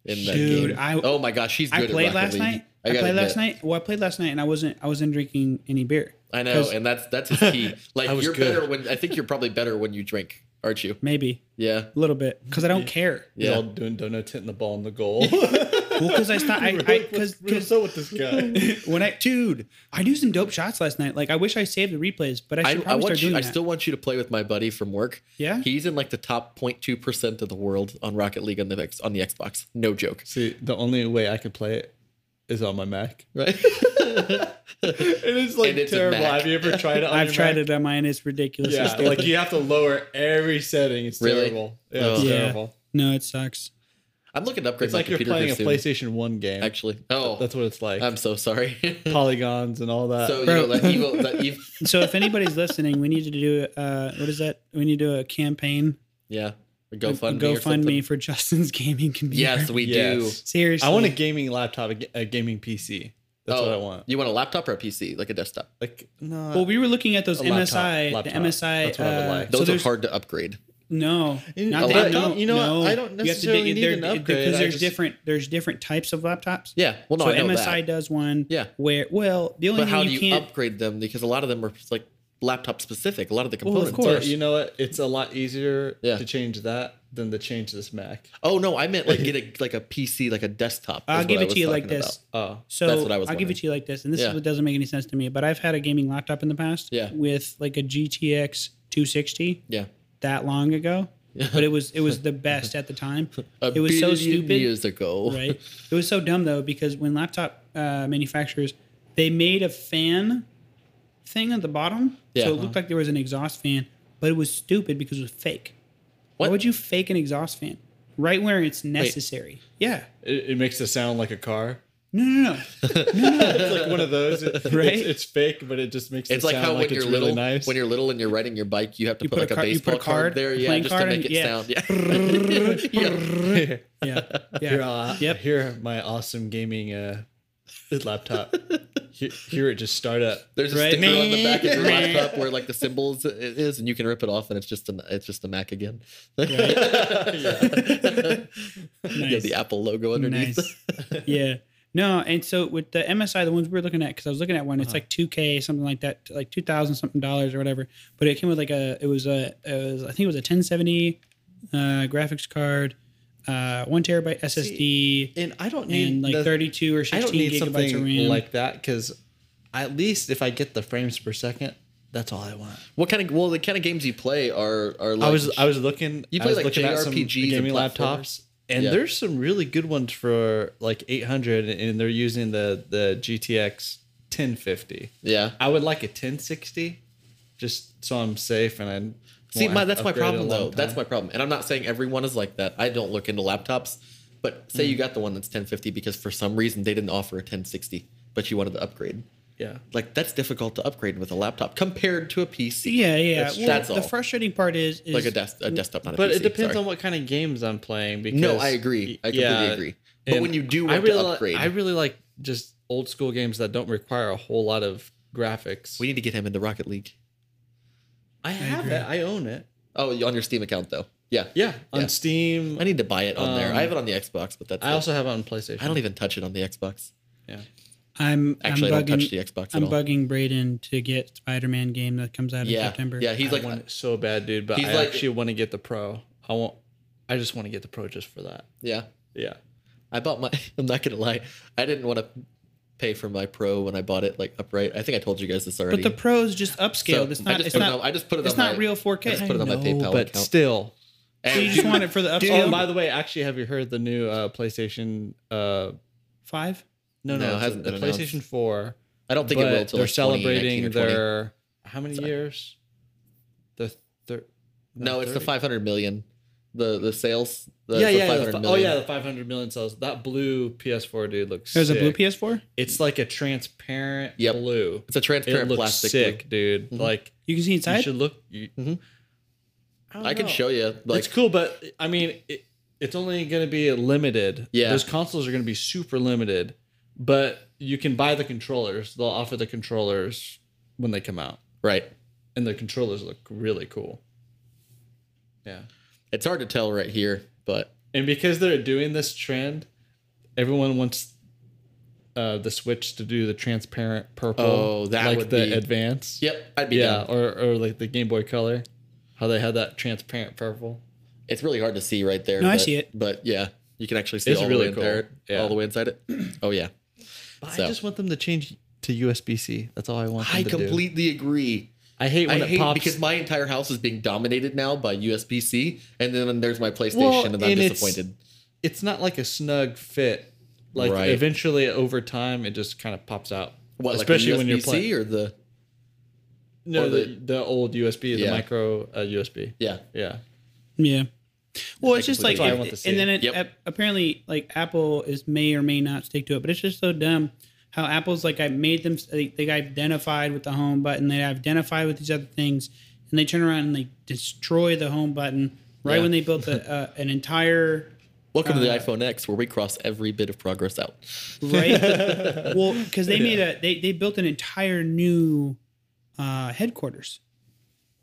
B: in that
A: Dude,
B: game.
A: I-
B: oh my gosh, he's good
A: I
B: at
A: played
B: Rocket
A: last
B: League.
A: night. I,
B: I, gotta
A: played last
B: admit.
A: night. Well, I played last night, and I wasn't. I wasn't drinking any beer.
B: I
A: 'Cause
B: know, and that's that's his key. Like
C: I was
B: you're
C: good.
B: better when I think you're probably better when you drink, aren't you?
A: Maybe
B: Yeah.
A: a little bit, because I don't care.
C: Yeah.
B: Yeah.
C: all doing donuts hitting the ball in the goal.
A: Well, because I stopped. I because because
C: so with this guy.
A: when I dude, I knew some dope shots last night. Like I wish I saved the replays, but I
B: I,
A: should probably
B: I
A: start
B: want
A: doing
B: you, I
A: that.
B: still want you to play with my buddy from work.
A: Yeah?
B: He's in like the top 0.2 percent of the world on Rocket League on the X, on the Xbox. No joke.
C: See, the only way I can play it is on my Mac.
B: Right?
C: It is like
B: And it's a
C: terrible.
B: Mac.
C: Have you ever tried it? On
A: I've
C: your
A: tried
C: Mac?
A: it on mine. It's ridiculous.
C: Yeah,
A: It's stupid.
C: like you have to lower every setting. It's
B: Really? Oh.
C: terrible. Yeah, it's
B: Ugh.
A: Yeah.
C: terrible.
A: no, it sucks.
B: I'm looking to upgrade
C: It's
B: my
C: like you're
B: computer
C: playing a
B: here soon,
C: PlayStation One game.
B: Actually. Oh
C: That's what it's like.
B: I'm so sorry.
C: Polygons and all that.
B: so you
A: uh, Bro.
B: know that evil that evil
A: So if anybody's listening, we need to do uh, what is that? We need to do a campaign.
B: Yeah. A
A: a- a
B: GoFundMe. or something.
A: GoFundMe for Justin's gaming computer.
B: Yes, we do.
C: Yes.
A: seriously.
C: I want a gaming laptop, a ga- a gaming PC. That's what I want.
B: Oh, You want a laptop or a PC, like a desktop?
C: Like no,
A: Well, we were looking at those
C: A laptop,
A: MSI,
C: laptop.
A: the MSI.
C: That's what I would
A: uh,
C: like.
A: so
B: Those are
A: there's-
B: hard to upgrade.
A: No,
C: You-
A: not
B: a
A: that.
B: laptop?
A: No,
C: You know what?
A: no.
C: I don't
A: You have to
C: necessarily
A: dig-
C: need an
A: they're-
C: upgrade.
A: because
C: I
A: there's
C: just-
A: different. There's different types of laptops.
B: Yeah. Well, no,
A: so
B: I know
A: MSI
B: that.
A: does one.
B: Yeah.
A: Where well, the only
B: But
A: thing
B: how do
A: you,
B: you
A: can't.
B: upgrade them? Because a lot of them are like laptop specific. A lot of the
A: Well,
B: components.
A: of
C: But
A: course.
C: you know what? It's a lot easier
B: Yeah.
C: to change that than to change this Mac.
B: Oh no, I meant like get a like a PC, like a desktop.
A: I'll
B: is
A: give
B: what I
A: it
B: was
A: to you
B: talking
A: like this.
B: about.
C: Oh,
A: So
B: That's what I was
A: will give it
B: wondering.
A: to you like this, and this
B: Yeah.
A: is what doesn't make any sense to me. But I've had a gaming laptop in the past.
B: Yeah.
A: With like a GTX 260
B: Yeah.
A: that long ago, but it was it was the best at the time.
B: A
A: it was so
B: billion
A: stupid.
B: years ago.
A: right? It was so dumb though because when laptop uh, manufacturers they made a fan thing at the bottom,
B: Yeah.
A: so it looked like there was an exhaust fan, but it was stupid because it was fake. Why
B: What?
A: would you fake an exhaust fan right where it's necessary? Yeah,
C: it, it makes it sound like a car.
A: no, no, no.
C: It's like one of those. It-
A: Right?
C: It's, it's fake, but it just makes
B: It's
C: it
B: like
C: sound
B: how when
C: like
B: you're
C: it's
B: little,
C: really nice.
B: when you're little and you're riding your bike, you have to
A: You
B: put,
A: put
B: like
A: a
B: a
A: car- you put a
B: baseball
A: card,
B: card, there, yeah,
A: playing
B: just
A: card,
B: to
A: and-
B: make it
A: yeah.
B: sound. Yeah. yeah.
A: yeah, yeah.
C: Here, uh,
A: Yep.
C: here, my awesome gaming uh, laptop. here, here it just start up.
B: There's a
A: Right.
B: sticker on the back of your laptop where like the symbols i- is, and you can rip it off, and it's just an it's just a Mac again. Yeah,
A: Nice.
B: the Apple logo underneath.
A: Nice. yeah. No, and so with the MSI, the ones we were looking at, because I was looking at one,
B: Uh-huh.
A: it's like 2K, something like that, like 2,000 something dollars or whatever. But it came with like a, it was a, it was, I think it was a 1070 uh, graphics card, uh, one terabyte SSD,
C: And I don't need
A: and like
C: the-
A: 32 or
C: I
A: 16
C: don't need
A: gigabytes of RAM.
C: something like that because at least if I get the frames per second, that's all I want.
B: What kind of well the kind of games you play are are like
C: I was I was looking.
B: You
C: I
B: play,
C: was
B: like,
C: looking at some
B: JRPGs and
C: gaming laptops,
B: platformers?
C: and
B: Yeah.
C: there's some really good ones for like 800, and they're using the the GTX 1050.
B: yeah.
C: I would like a 1060, just so I'm safe and I. won't
B: See, my,
C: have to
B: that's my
C: upgrade in a
B: problem
C: long
B: though. That's
C: time.
B: my problem, and I'm not saying everyone is like that. I don't look into laptops, but say you
C: Mm.
B: got the one that's 1050 because for some reason they didn't offer a 1060, but you wanted to upgrade.
C: yeah.
B: Like that's difficult to upgrade with a laptop compared to a PC.
A: yeah, yeah.
B: That's-
A: well,
B: that's
A: the
B: all.
A: frustrating part is, is
B: like a, des- a desktop, not a
C: But
B: PC.
C: it depends
B: sorry.
C: on what kind of games I'm playing. Because
B: No, I agree. I completely agree. But
C: and
B: when you do
C: I
B: want to
C: really, li-
B: upgrade-
C: I really like just old school games that don't require a whole lot of graphics.
B: We need to get him into Rocket League.
C: I have it. I own it.
B: Oh, on your Steam account though. Yeah.
C: Yeah, on
B: Yeah.
C: Steam.
B: I need to buy it on there.
C: Um,
B: I have it on the Xbox, but that's
C: I
B: it.
C: also have it on PlayStation.
B: I don't even touch it on the Xbox.
C: Yeah.
A: I'm,
B: Actually, I
A: I'm
B: don't touch the
A: bugging,
B: Xbox at
A: I'm
B: all.
A: bugging Braden to get Spider-Man game that comes out in
B: yeah.
A: September.
B: Yeah, he's
C: I
B: like uh,
C: want it so bad, dude. But
B: He's
C: I
B: like-
C: actually want to get the pro. I want. I just want to get the pro just for that.
B: Yeah.
C: Yeah.
B: I bought my I'm not gonna lie. I didn't want to pay for my pro when I bought it like upright. I think I told you guys this already.
A: But the pros just upscaled.
B: So,
A: it's
B: I
A: not.
B: just
A: It's
B: put it
A: not.
B: on- I just put it
A: It's
B: on
A: not
B: my-
A: real 4K.
B: I just put it on my PayPal
C: but
B: account.
C: still.
A: So you
B: And
A: just want it for the
C: Oh, by
A: upscale
C: the way, actually, have you heard the new uh, PlayStation? Uh,
A: five?
C: No, no,
B: No, it
C: it's
B: hasn't
C: a,
B: been announced.
C: announced. PlayStation Four.
B: I don't think
C: but
B: it will till
C: they're
B: like
C: celebrating
B: 2019 or 20.
C: their how many years? The thir-
B: No, it's the
C: 30?
B: 500 million. The the sales. The,
C: yeah,
B: the
C: yeah. the
B: 500
C: fi- oh
B: million.
C: yeah, the 500 million cells. That blue PS4 dude looks.
A: There's a blue
C: sick.
A: PS4.
C: It's like a transparent
B: Yep.
C: blue.
B: It's a
C: It
B: transparent
C: looks
B: plastic. Mm-hmm.
C: sick, dude. Like
A: You can see
C: you
A: inside.
C: should look. You,
B: Mhm.
C: don't
B: I
A: Oh,
B: can
C: know.
B: show you. Like,
C: it's cool, but I mean, it, it's only going to be limited.
B: Yeah.
C: those consoles are going to be super limited, but you can buy the controllers. They'll offer the controllers when they come out,
B: Right.
C: and the controllers look really cool. Yeah,
B: It's hard to tell right here, but
C: and because they're doing this trend, everyone wants uh, the Switch to do the transparent purple.
B: Oh, that
C: like
B: would
C: the
B: be-
C: advance.
B: yep, I'd be
C: yeah,
B: down.
C: or or like the Game Boy Color, how they had that transparent purple.
B: It's really hard to see right there.
A: No, I
B: but-
A: see it.
B: But yeah, you can actually see
C: It's
B: all
C: really
B: the way in there,
C: cool. Yeah.
B: all the way inside it. Oh yeah.
C: But
B: So-
C: I just want them to change to USB C. That's all I want. Them
B: I
C: to do.
B: completely agree.
C: I hate
B: I
C: when it
B: hate
C: pops
B: because my entire house is being dominated now by USB C, and then there's my PlayStation,
C: Well,
B: and I'm
C: and it's-
B: disappointed.
C: it's not like a snug fit. Like
B: Right.
C: eventually over time, it just kind of pops out.
B: What,
C: Especially
B: like
C: when
B: the
C: you're
B: USB-C
C: playing.
B: or the
C: no,
B: or
C: the,
B: the-
C: the old USB, the
B: Yeah.
C: micro uh, USB.
B: yeah.
C: Yeah.
A: Yeah. Well, it's
B: I
A: just like,
C: completely- That's what I
A: if-
C: want to see.
A: and then it,
B: Yep.
A: ap- apparently, like Apple is may or may not stick to it, but it's just so dumb how Apple's like I made them they, they identified with the home button, they identified with these other things, and they turn around and they destroy the home button right
B: Yeah.
A: when they built a, uh, an entire
B: Welcome to the
A: Uh,
B: iPhone X, where we cross every bit of progress out.
A: right. well, because they made a they they built an entire new uh, headquarters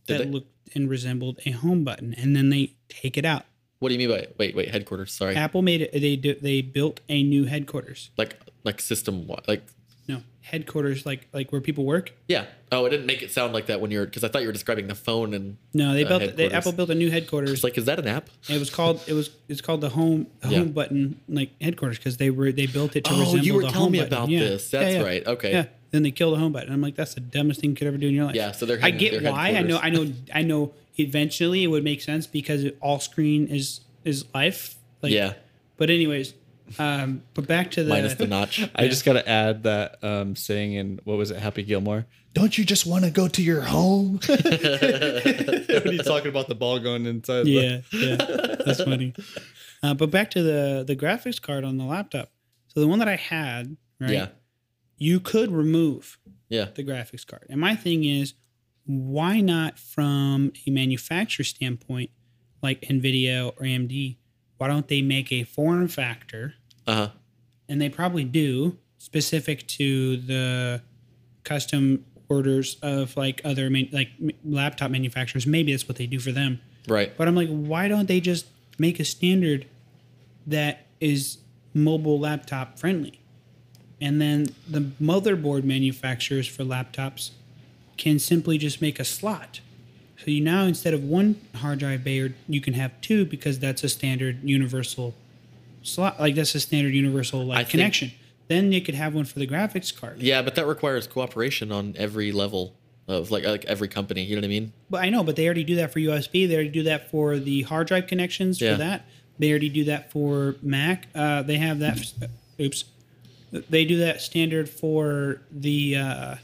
B: Did
A: that
B: they?
A: looked and resembled a home button, and then they take it out.
B: What do you mean by wait, wait, headquarters? Sorry,
A: Apple made it. They do- they built a new headquarters.
B: like like system wi- like
A: No, headquarters, like like where people work.
B: yeah. Oh, I didn't make it sound like that when you're because I thought you were describing the phone and
A: No, they
B: Uh,
A: built. They,
B: headquarters.
A: Apple built a new headquarters.
B: it's like is that an app?
A: it was called. It was. It's called the home the
B: Yeah.
A: home button like headquarters because they were they built it to
B: Oh,
A: resemble
B: you were
A: the
B: telling
A: home
B: me
A: button.
B: about
A: Yeah.
B: this.
A: Yeah,
B: That's
A: yeah.
B: right. Okay.
A: Yeah. Then they kill the home button. I'm like, that's the dumbest thing you could ever do in your life.
B: Yeah, so they're
A: I
B: hiding
A: get
B: their
A: why. I know. I know. I know. Eventually, it would make sense because it, all screen is is life. Like,
B: yeah.
A: But anyways, um, but back to the
B: Minus the notch.
C: I just got to add that um, saying in what was it, Happy Gilmore? Don't you just want to go to your home? when he's talking about the ball going inside.
A: yeah, yeah, that's funny. Uh, but back to the the graphics card on the laptop. So the one that I had, right?
B: Yeah.
A: You could remove
B: Yeah.
A: the graphics card, and my thing is, why not from a manufacturer standpoint, like Nvidia or AMD? Why don't they make a form factor?
B: Uh huh.
A: and they probably do specific to the custom orders of like other man, like m- laptop manufacturers maybe that's what they do for them
B: Right.
A: but i'm like why don't they just make a standard that is mobile laptop friendly and then the motherboard manufacturers for laptops can simply just make a slot so you now instead of one hard drive bay or you can have two because that's a standard universal slot like that's a standard universal like
B: I think-
A: connection then you could have one for the graphics card
B: Yeah, but that requires cooperation on every level of like like every company. You know what I mean?
A: But I know, but they already do that for USB. They already do that for the hard drive connections
B: Yeah.
A: for that. They already do that for Mac. Uh, they have that. uh, Oops. They do that standard for the, uh,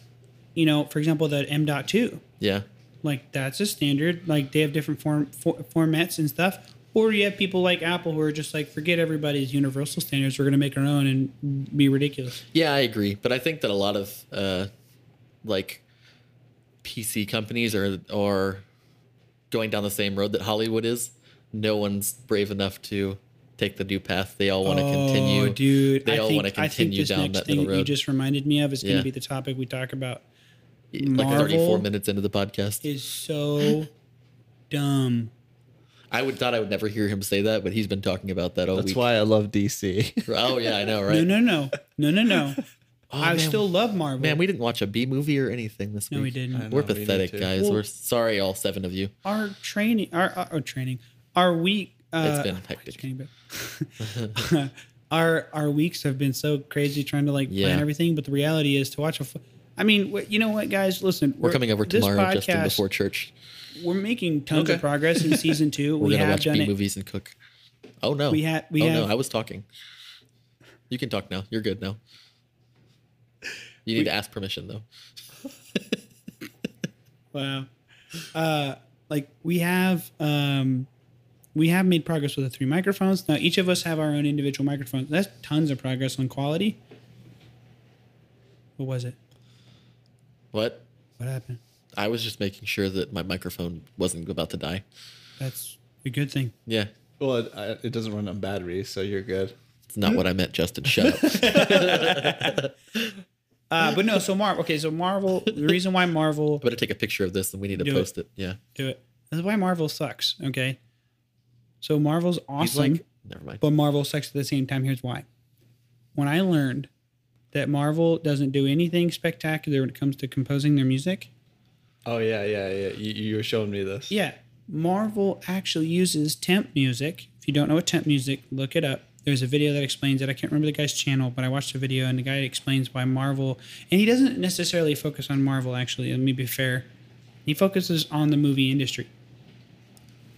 A: you know, for example, the M.2.
B: Yeah.
A: Like that's a standard. Like they have different form for, formats and stuff. Or you have people like Apple who are just like, forget everybody's universal standards. We're gonna make our own and be ridiculous.
B: Yeah, I agree. But I think that a lot of uh, like PC companies are are going down the same road that Hollywood is. No one's brave enough to take the new path. They all want to continue.
A: Oh, dude.
B: They
A: I
B: all
A: think,
B: want to
A: I think
B: continue
A: this
B: down
A: next
B: that
A: thing
B: middle
A: that you
B: road.
A: just reminded me of is going to
B: Yeah.
A: be the topic we talk about.
B: like
A: Marvel-
B: 34 minutes into the podcast.
A: is so dumb.
B: I would thought I would never hear him say that, but he's been talking about that all
C: That's
B: week.
C: why I love DC.
B: Oh yeah, I know, right? Oh,
A: No, no, no, no, no, no. I
B: man.
A: still love Marvel.
B: Man, we didn't watch a B movie or anything this week.
A: No, we didn't. I
B: We're
C: know, we need
B: pathetic,
C: to.
B: guys.
A: Well-
B: We're sorry, all seven of you.
A: our training, our, our, our training, our week. Uh,
B: It's been
A: oh,
B: hectic.
A: it's been bad. our our weeks have been so crazy trying to like
B: Yeah.
A: plan everything, but the reality is to watch a. fu- I mean, wh- you know what, guys? Listen,
B: We're coming over
A: this
B: tomorrow, Justin,
A: podcast,
B: before church.
A: We're making tons
C: Okay.
A: of progress in season two.
B: We're
A: we
B: gonna
A: have
B: watch
A: done
B: B
A: it.
B: movies and cook. Oh no,
A: We ha- we
B: oh
A: have-
B: no, I was talking. You can talk now. You're good now. You need to ask permission though.
A: Wow. Uh, like we have, um, we have made progress with the three microphones. Now each of us have our own individual microphones. That's tons of progress on quality. What was it?
B: What?
A: What happened?
B: I was just making sure that my microphone wasn't about to die.
A: That's a good thing.
B: Yeah.
C: Well, it, I, it doesn't run on battery, so you're good.
B: It's not what I meant, Justin. Shut up.
A: Uh, but no, so Marvel. Okay, so Marvel. The reason why Marvel
B: I better take a picture of this and we need to
A: Do it.
B: post it. Yeah.
A: do it. That's why Marvel sucks. Okay. So Marvel's
B: He's
A: awesome,
B: like, never mind.
A: but Marvel sucks at the same time. Here's why. When I learned that Marvel doesn't do anything spectacular when it comes to composing their music,
C: Oh yeah, yeah, yeah. You, you were showing me this.
A: yeah, Marvel actually uses temp music. If you don't know what temp music, look it up. There's a video that explains it. I can't remember the guy's channel, but I watched a video and the guy explains why Marvel, and he doesn't necessarily focus on Marvel, actually, let me be fair. He focuses on the movie industry.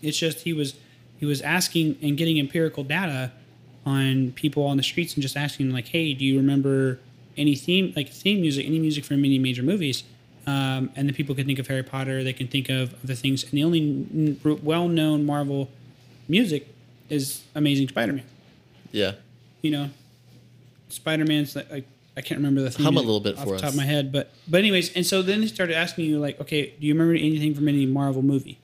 A: It's just he was he was asking and getting empirical data on people on the streets and just asking like, hey, do you remember any theme like theme music, any music from any major movies? Um, and the people can think of Harry Potter. They can think of other things. And the only n- n- well-known Marvel music is Amazing Spider-Man.
B: Yeah.
A: You know, Spider-Man's like, like I can't remember the theme
B: Hum a
A: music
B: little bit
A: off
B: for
A: the top
B: us.
A: of my head, but but anyways, and so then they started asking you like, okay, do you remember anything from any Marvel movie?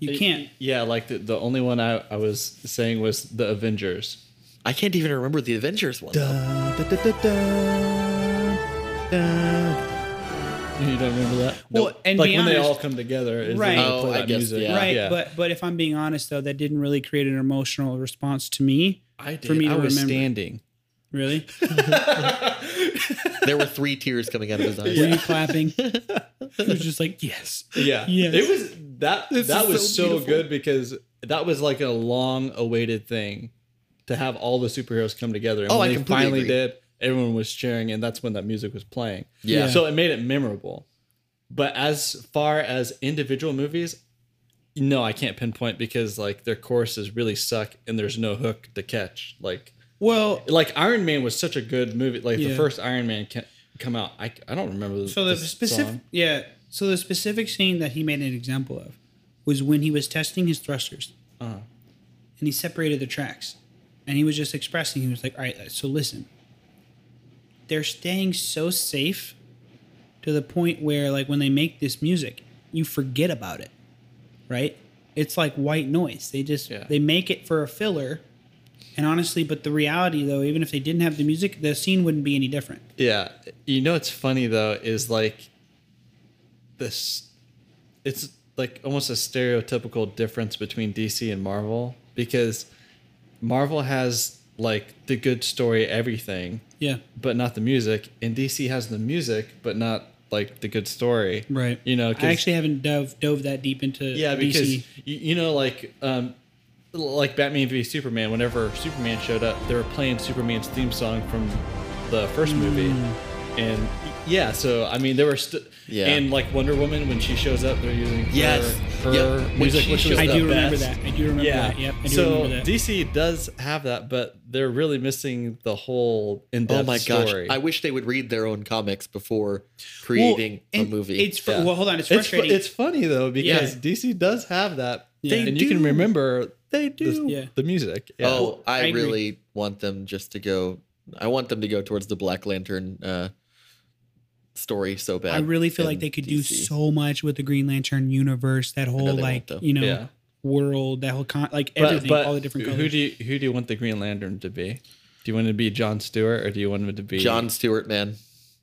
A: You can't.
C: Yeah, like the, the only one I, I was saying was the Avengers.
B: I can't even remember the Avengers one. though.
C: You don't remember that?
A: Well,
C: Nope.
A: and
C: like
A: be
C: when they
A: honest-
C: all come together, is
A: Right.
C: right?
B: Oh, I guess, yeah.
A: right but but if i'm being honest though that didn't really create an emotional response to me
C: I did.
A: for me
C: I
A: to
C: was
A: remember
C: standing.
A: really
B: There were three tears coming out of his eyes.
A: were you clapping it was just like yes
C: Yeah,
A: Yes.
C: It was that. that
B: is
C: was
B: so
C: so,
B: beautiful.
C: good because that was like a long-awaited thing to have all the superheroes come together. And
B: Oh,
C: when
B: I
C: they
B: completely
C: finally
B: agree.
C: did, everyone was cheering, and that's when that music was playing.
B: Yeah.
C: So it made it memorable. But as far as individual movies, no, I can't pinpoint because like their choruses really suck, and there's no hook to catch. Like
A: well
C: like Iron Man was such a good movie. Like
A: Yeah.
C: the first Iron Man ca- come out, I, I don't remember.
A: so the specific
C: song.
A: yeah so the specific scene that he made an example of was when he was testing his thrusters
C: Uh-huh.
A: and he separated the tracks and he was just expressing he was like all right uh, so listen they're staying so safe to the point where like when they make this music you forget about it right it's like white noise they just
C: Yeah.
A: they make it for a filler and honestly but the reality though even if they didn't have the music the scene wouldn't be any different
C: Yeah, you know what's funny though is like this. It's like almost a stereotypical difference between DC and Marvel because Marvel has like the good story, everything,
A: yeah
C: but not the music, and DC has the music, but not like the good story.
A: right
C: You know, 'cause-
A: i actually haven't dove dove that deep into
C: Yeah, because
A: DC.
C: you, you know, like um, like Batman v Superman. Whenever Superman showed up, they were playing Superman's theme song from the first movie, and yeah. So I mean, there were st-
B: Yeah.
C: and like Wonder Woman when she shows up, they're using her-
B: Yes.
C: her,
B: Yep. When
C: music,
B: she
C: which was
B: showed
A: i
B: the
A: do remember
C: best.
A: that i do remember
C: Yeah.
A: that yep i do
C: so
A: remember that
C: DC does have that, but they're really missing the whole in-depth
B: Oh my gosh!
C: story.
B: I wish they would read their own comics before creating
A: Well,
B: a
A: and
B: movie.
A: It's fr-
C: Yeah.
A: well, hold on, it's
C: it's, fu-
A: frustrating.
C: it's funny though because DC does have that,
A: Yeah.
C: and you can remember they do the,
A: Yeah.
C: the music. Yeah.
B: Oh, I,
A: I agree.
B: really want them just to go. I want them to go towards the Black Lantern uh, story so bad.
A: I really feel like
B: in
A: they could do
B: DC.
A: so much with the Green Lantern universe, that whole
B: they
A: like
B: won't, though.
A: you know
C: Yeah.
A: world, that whole con- like
C: But-
A: everything,
C: but
A: all the different colors.
C: Who do you who do you want the Green Lantern to be? Do you want him to be John Stewart or do you want him to be
B: John Stewart, man,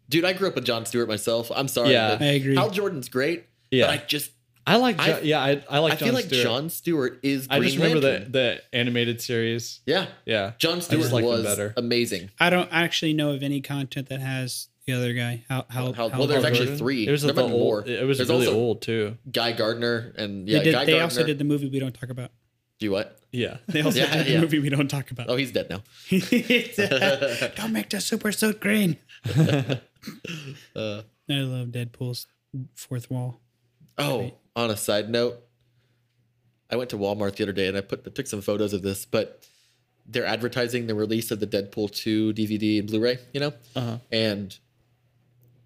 B: dude, I grew up with John Stewart myself. I'm sorry.
C: Yeah.
B: but
A: I agree.
B: Hal Jordan's great.
C: Yeah.
B: but I just
C: I like John,
B: I-
C: yeah I, I like
B: I
C: John
B: feel like
C: Stewart.
B: John Stewart is. Green
C: I just remember the
B: Lantern.
C: the animated series.
B: Yeah,
C: Yeah,
B: John
C: I
B: Stewart
C: just liked him
B: was
C: better.
B: amazing.
A: I don't actually know of any content that has the other guy. How how,
B: Hal-
A: how
B: well, there's
A: how-
B: actually three.
C: It was
B: There
C: the
B: might be more.
C: old. It was
B: There's
C: really
B: also-
C: old too.
B: Guy Gardner and
A: they
B: yeah,
A: did,
B: Guy
A: they
B: Gardner.
A: also did the movie we don't talk about.
B: Do what?
C: Yeah,
A: They also
B: Yeah,
A: did the
B: yeah.
A: movie we don't talk about.
B: Oh, he's dead now.
A: don't make the super suit green.
B: Uh,
A: I love Deadpool's fourth wall.
B: Oh, on a side note, I went to Walmart the other day and I put I took some photos of this, but they're advertising the release of the Deadpool 2 DVD and Blu-ray, you know?
C: Uh-huh.
B: And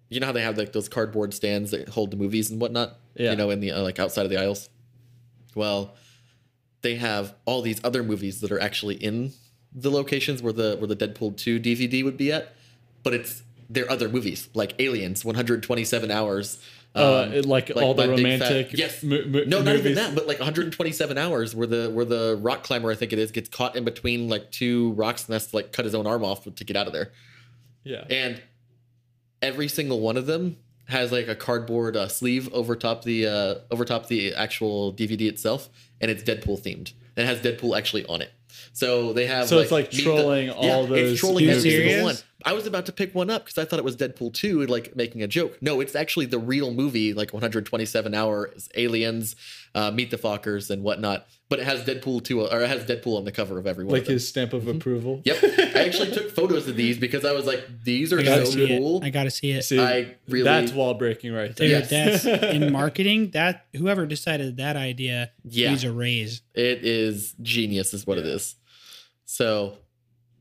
B: you know how they have like those cardboard stands that hold the movies and whatnot,
C: Yeah.
B: you know, in the uh, like outside of the aisles. Well, they have all these other movies that are actually in the locations where the where the Deadpool 2 DVD would be at, but it's their other movies like Aliens 127 hours
C: Uh,
B: um,
C: it- like all the
B: My Big Fat-
C: romantic
B: yes
C: mo- mo-
B: no not even
C: movies.
B: that but like 127 hours where the where the rock climber I think it is gets caught in between like two rocks and has to like cut his own arm off to get out of there
C: Yeah.
B: and every single one of them has like a cardboard uh, sleeve over top the uh, over top the actual DVD itself, and it's Deadpool themed. And it has Deadpool actually on it. So they have
C: So it's like
B: meet the-
C: trolling all those
B: It's trolling every
A: serious?
B: single one. I was about to pick one up because I thought it was Deadpool two, like making a joke. No, it's actually the real movie, like 127 hours, Aliens, uh, Meet the Fockers, and whatnot. But it has Deadpool two, or it has Deadpool on the cover of every one.
C: Like
B: of them.
C: his stamp of approval.
B: Yep. I actually took photos of these because I was like, these are
A: I gotta
B: so
A: see
B: cool.
A: it. I gotta see it.
C: See,
B: I really-
C: that's wall breaking right there.
A: Dude,
B: Yes.
A: that's in marketing. That whoever decided that idea
B: Yeah.
A: needs a raise.
B: It is genius, is what it is. So,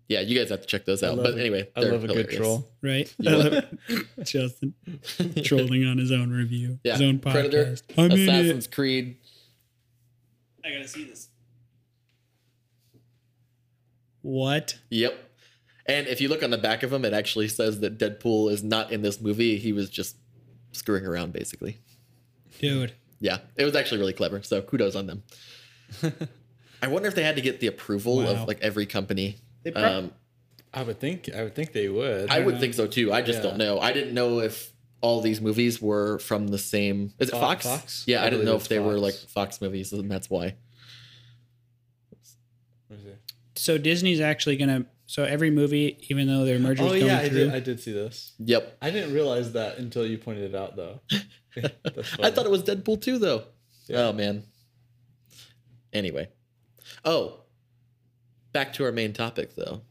B: yeah, you guys have to check those
C: I
B: out.
C: love
B: But
C: it.
B: anyway,
C: I
B: they're
C: love a good
B: hilarious.
C: troll.
A: Right,
B: You love-
A: Justin trolling on his own review,
B: yeah,
A: his own podcast.
B: Predator,
A: I'm in
B: Assassin's
A: it.
B: Creed.
A: I gotta see this. What?
B: Yep. And if you look on the back of them, it actually says that Deadpool is not in this movie. He was just screwing around, basically.
A: Dude.
B: Yeah, it was actually really clever. So kudos on them. I wonder if they had to get the approval
A: Wow.
B: of like every company.
A: They prob-
B: um,
C: I would think. I would think they would.
B: I would think so too. I just
C: Yeah.
B: don't know. I didn't know if all these movies were from the same. Is it
C: Fo-
B: Fox?
C: Fox?
B: Yeah,
C: I
B: I, didn't
C: believe
B: know
C: it's
B: if they were
C: Fox.
B: like Fox movies, and that's why.
C: Let me see.
A: So Disney's actually gonna. So every movie, even though their merger's
C: Oh
A: going
C: yeah, I
A: through,
C: did. I did see this.
B: Yep.
C: I didn't realize that until you pointed it out, though. That's
B: I thought it was Deadpool 2, though.
C: Yeah.
B: Oh, man. Anyway. Oh, back to our main topic, though.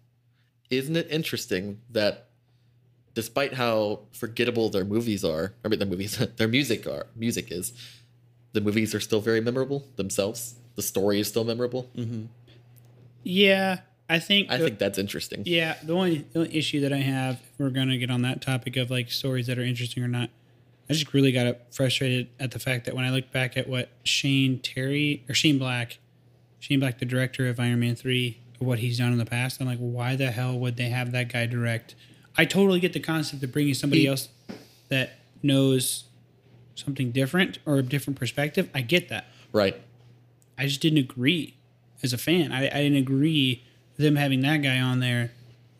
B: Isn't it interesting that despite how forgettable their movies are, I mean, their movies, their music are, music is, the movies are still very memorable themselves. The story is still memorable.
A: yeah, I think.
B: I think that's interesting.
A: Yeah, the only, the only issue that I have, if we're gonna get on that topic of like stories that are interesting or not. I just really got frustrated at the fact that when I look back at what Shane Terry or Shane Black, Shane Black, the director of Iron Man three, what he's done in the past, I'm like, why the hell would they have that guy direct? I totally get the concept of bringing somebody else that knows something different or a different perspective. I get that.
B: Right.
A: I just didn't agree as a fan. I, I didn't agree with them having that guy on there,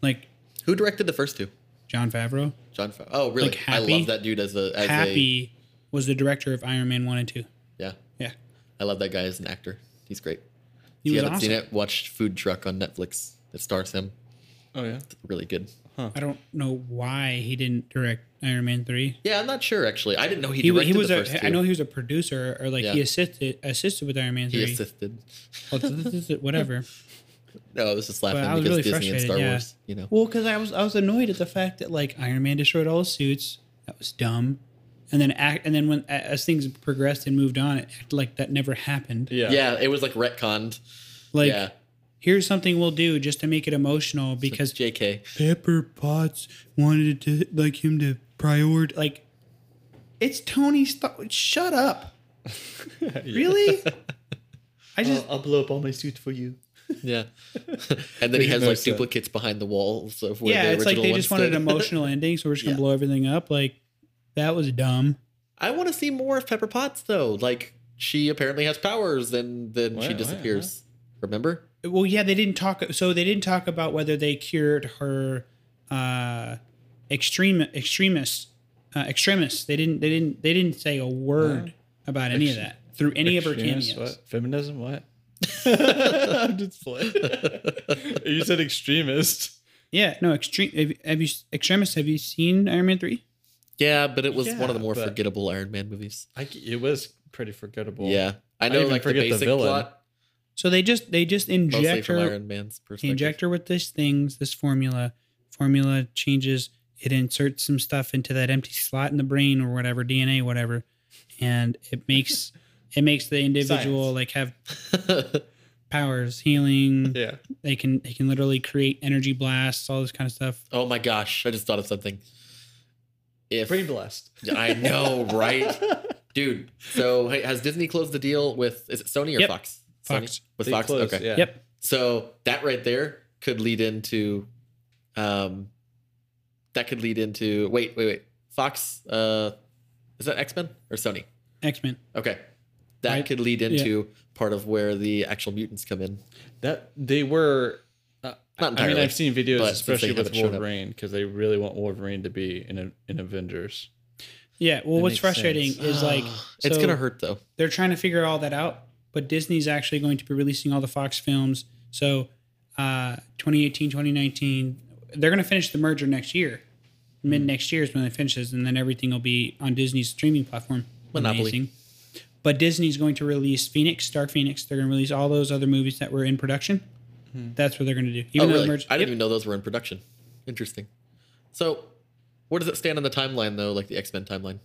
A: like
B: Who directed the first two?
A: John Favreau.
B: John Favreau. Oh, really?
A: Like
B: I
A: Happy?
B: love that dude as a as a
A: Happy was the director of Iron Man one and two.
B: yeah.
A: Yeah,
B: I love that guy as an actor. He's great.
A: he
B: if you
A: was
B: haven't
A: awesome.
B: seen it, watch Food Truck on Netflix. It stars him.
C: Oh yeah.
B: It's really good.
A: I don't know why he didn't direct Iron Man three.
B: Yeah, I'm not sure actually. I didn't know he
A: He,
B: directed
A: he was
B: the
A: a,
B: first two.
A: I know he was a producer or like he
B: Yeah.
A: assisted assisted with Iron Man
B: he
A: three.
B: assisted.
A: Well, th- th- th- whatever.
B: No, I was just
A: But
B: laughing
A: I was
B: because
A: really
B: Disney
A: frustrated.
B: and Star
A: yeah.
B: Wars. You know.
A: Well, because I was I was annoyed at the fact that like Iron Man destroyed all his suits. That was dumb. And then act, and then when a- as things progressed and moved on, it acted like that never happened.
C: Yeah.
B: yeah. it was like retconned.
A: Like
B: yeah,
A: here's something we'll do just to make it emotional because
B: J.K.
A: Pepper Potts wanted to like him to prioritize. Like, it's Tony Stark. Shut up. Really? I just
C: I'll, I'll blow up all my suits for you.
B: Yeah, and then he has
C: no
B: like
C: sense.
B: duplicates behind the walls of where
A: yeah,
B: the
A: it's like
B: original
A: they
B: one
A: just wanted an
B: stood.
A: emotional ending, so we're just gonna
B: Yeah.
A: blow everything up. Like, that was dumb.
B: I want to see more of Pepper Potts though. Like she apparently has powers, and then
C: Why-
B: she
C: why-
B: disappears. Remember?
A: Well, yeah, they didn't talk. So they didn't talk about whether they cured her uh, extreme extremists. Uh, extremists. They didn't. They didn't. They didn't say a word about any of that through any of her
C: Extremist,
A: cameos.
C: What? Feminism? What? I'm just playing. you said extremist.
A: Yeah, no, extreme. Have, have you extremists? Have you seen Iron Man three?
B: Yeah, but it was one of the
C: Yeah,
B: more
C: but-
B: forgettable Iron Man movies.
C: I c it was pretty forgettable.
B: yeah, I know
C: even
B: like the
C: forget the
B: basic
C: villain.
B: plot
A: So they just they just
B: mostly
A: inject
B: from
A: her,
B: Iron Man's perspective.
A: inject her with these things, this formula. Formula changes. It inserts some stuff into that empty slot in the brain or whatever DNA, whatever, and it makes it makes the individual
C: Science.
A: like have powers, healing.
C: Yeah.
A: They can they can literally create energy blasts, all this kind of stuff.
B: Oh my gosh, I just thought of something. If
C: Brain blast.
B: I know, right, dude. So hey, has Disney closed the deal with is it Sony or
A: Yep.
B: Fox? Sony?
A: Fox.
B: with
C: They
B: Fox.
C: close,
B: okay.
C: yeah.
A: Yep.
B: So that right there could lead into, um, that could lead into wait wait wait Fox. Uh, is that X Men or Sony?
A: X Men.
B: Okay, that
A: Right.
B: could lead into part of where the actual mutants come in.
C: That they were. Uh,
B: Not
C: I mean,
B: entirely,
C: I've seen videos,
B: but since they
C: especially with
B: haven't shown up.
C: Wolverine, because they really want Wolverine to be in a, in Avengers.
A: Yeah. Well,
C: That
A: what's
C: makes
A: frustrating
C: sense.
A: is like
B: it's
A: so
B: gonna hurt though.
A: They're trying to figure all that out, but Disney's actually going to be releasing all the Fox films. So, uh, 2018, 2019, they're going to finish the merger next year.
B: Mm.
A: Mid next year is when it finishes, and then everything will be on Disney's streaming platform.
B: Monopoly.
A: But Disney's going to release Phoenix, Dark Phoenix. They're going to release all those other movies that were in production. That's what they're going to do.
B: Oh
A: though the
B: really?
A: merge-
B: I didn't
A: Yep.
B: even know those were in production. Interesting. So, where does it stand on the timeline though? Like the X Men timeline?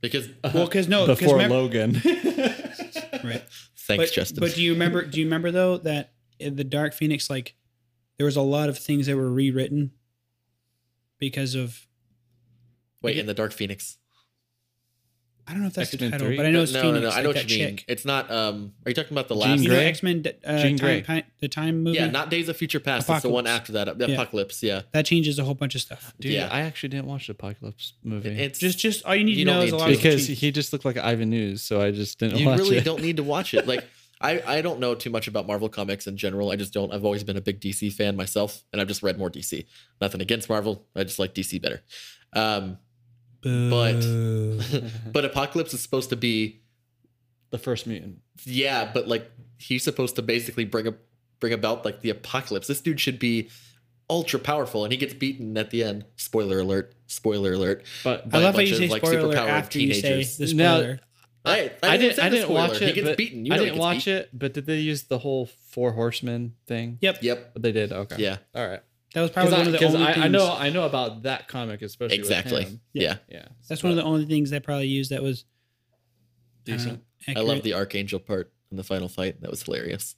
B: Because
A: Well, because
B: Oh,
A: no, 'cause
C: Before
A: remember-
C: Logan.
A: right.
B: thanks,
A: but,
B: Justin.
A: But do you remember? Do you remember though that in the Dark Phoenix, like, there was a lot of things that were rewritten because of
B: Wait, in the Dark Phoenix.
A: I don't know if that's
C: X-Men
A: the title,
C: 3?
A: but I know it's
B: no,
A: Phoenix.
B: no, no. I
A: like
B: know
A: that
B: what you mean.
A: chick.
B: It's not. Um, are you talking about the
C: Jean
B: last?
A: You know
C: Grey?
A: X Men, uh, time,
C: Jean Grey.
A: Pi- the time movie.
B: Yeah, not Days of Future Past. It's the one
A: Apocalypse.
B: after that. The
A: Yeah.
B: Apocalypse. Yeah.
A: that changes a whole bunch of stuff.
C: Dude,
B: Yeah.
C: I actually didn't watch the Apocalypse movie.
B: It's
A: Just, just all you need
B: You
A: to
B: don't
A: know is
B: need
A: a lot
B: to.
A: of
C: because
A: changes.
C: he just looked like Ivan News, so I just didn't
B: you
C: watch
B: really
C: it.
B: don't need to watch it. Like I, I don't know too much about Marvel comics in general. I just don't. I've always been a big DC fan myself, and I've just read more DC. Nothing against Marvel. I just like DC better. Um, but but Apocalypse is supposed to be
C: the first mutant.
B: yeah, but like he's supposed to basically bring a bring about like the apocalypse. This dude should be ultra powerful, and he gets beaten at the end. Spoiler alert! Spoiler alert!
C: But
A: I
B: a
A: love how
B: bunch
A: you
B: of,
A: say
B: like,
A: spoiler
B: superpowered
A: after you say
B: teenagers.
A: the
C: No,
A: spoiler.
B: I,
C: I didn't. I
B: say the
C: didn't
B: spoiler.
C: watch
B: He
C: it.
B: gets
C: but
B: beaten. You
C: I
B: know he
C: didn't
B: gets
C: watch
B: beat-
C: it. But did they use the whole four horsemen thing?
A: yep.
B: Yep.
C: They did. Okay.
B: Yeah.
C: All right.
A: that was probably one of the
C: Because
A: only
C: I, I,
A: things.
C: know I know about that comic, especially with
B: Exactly.
C: him.
B: Yeah.
C: Yeah.
A: that's one of the only things they probably used that was I don't know,
C: Decent.
B: I love
A: accurate.
B: the archangel part in the final fight. That was hilarious.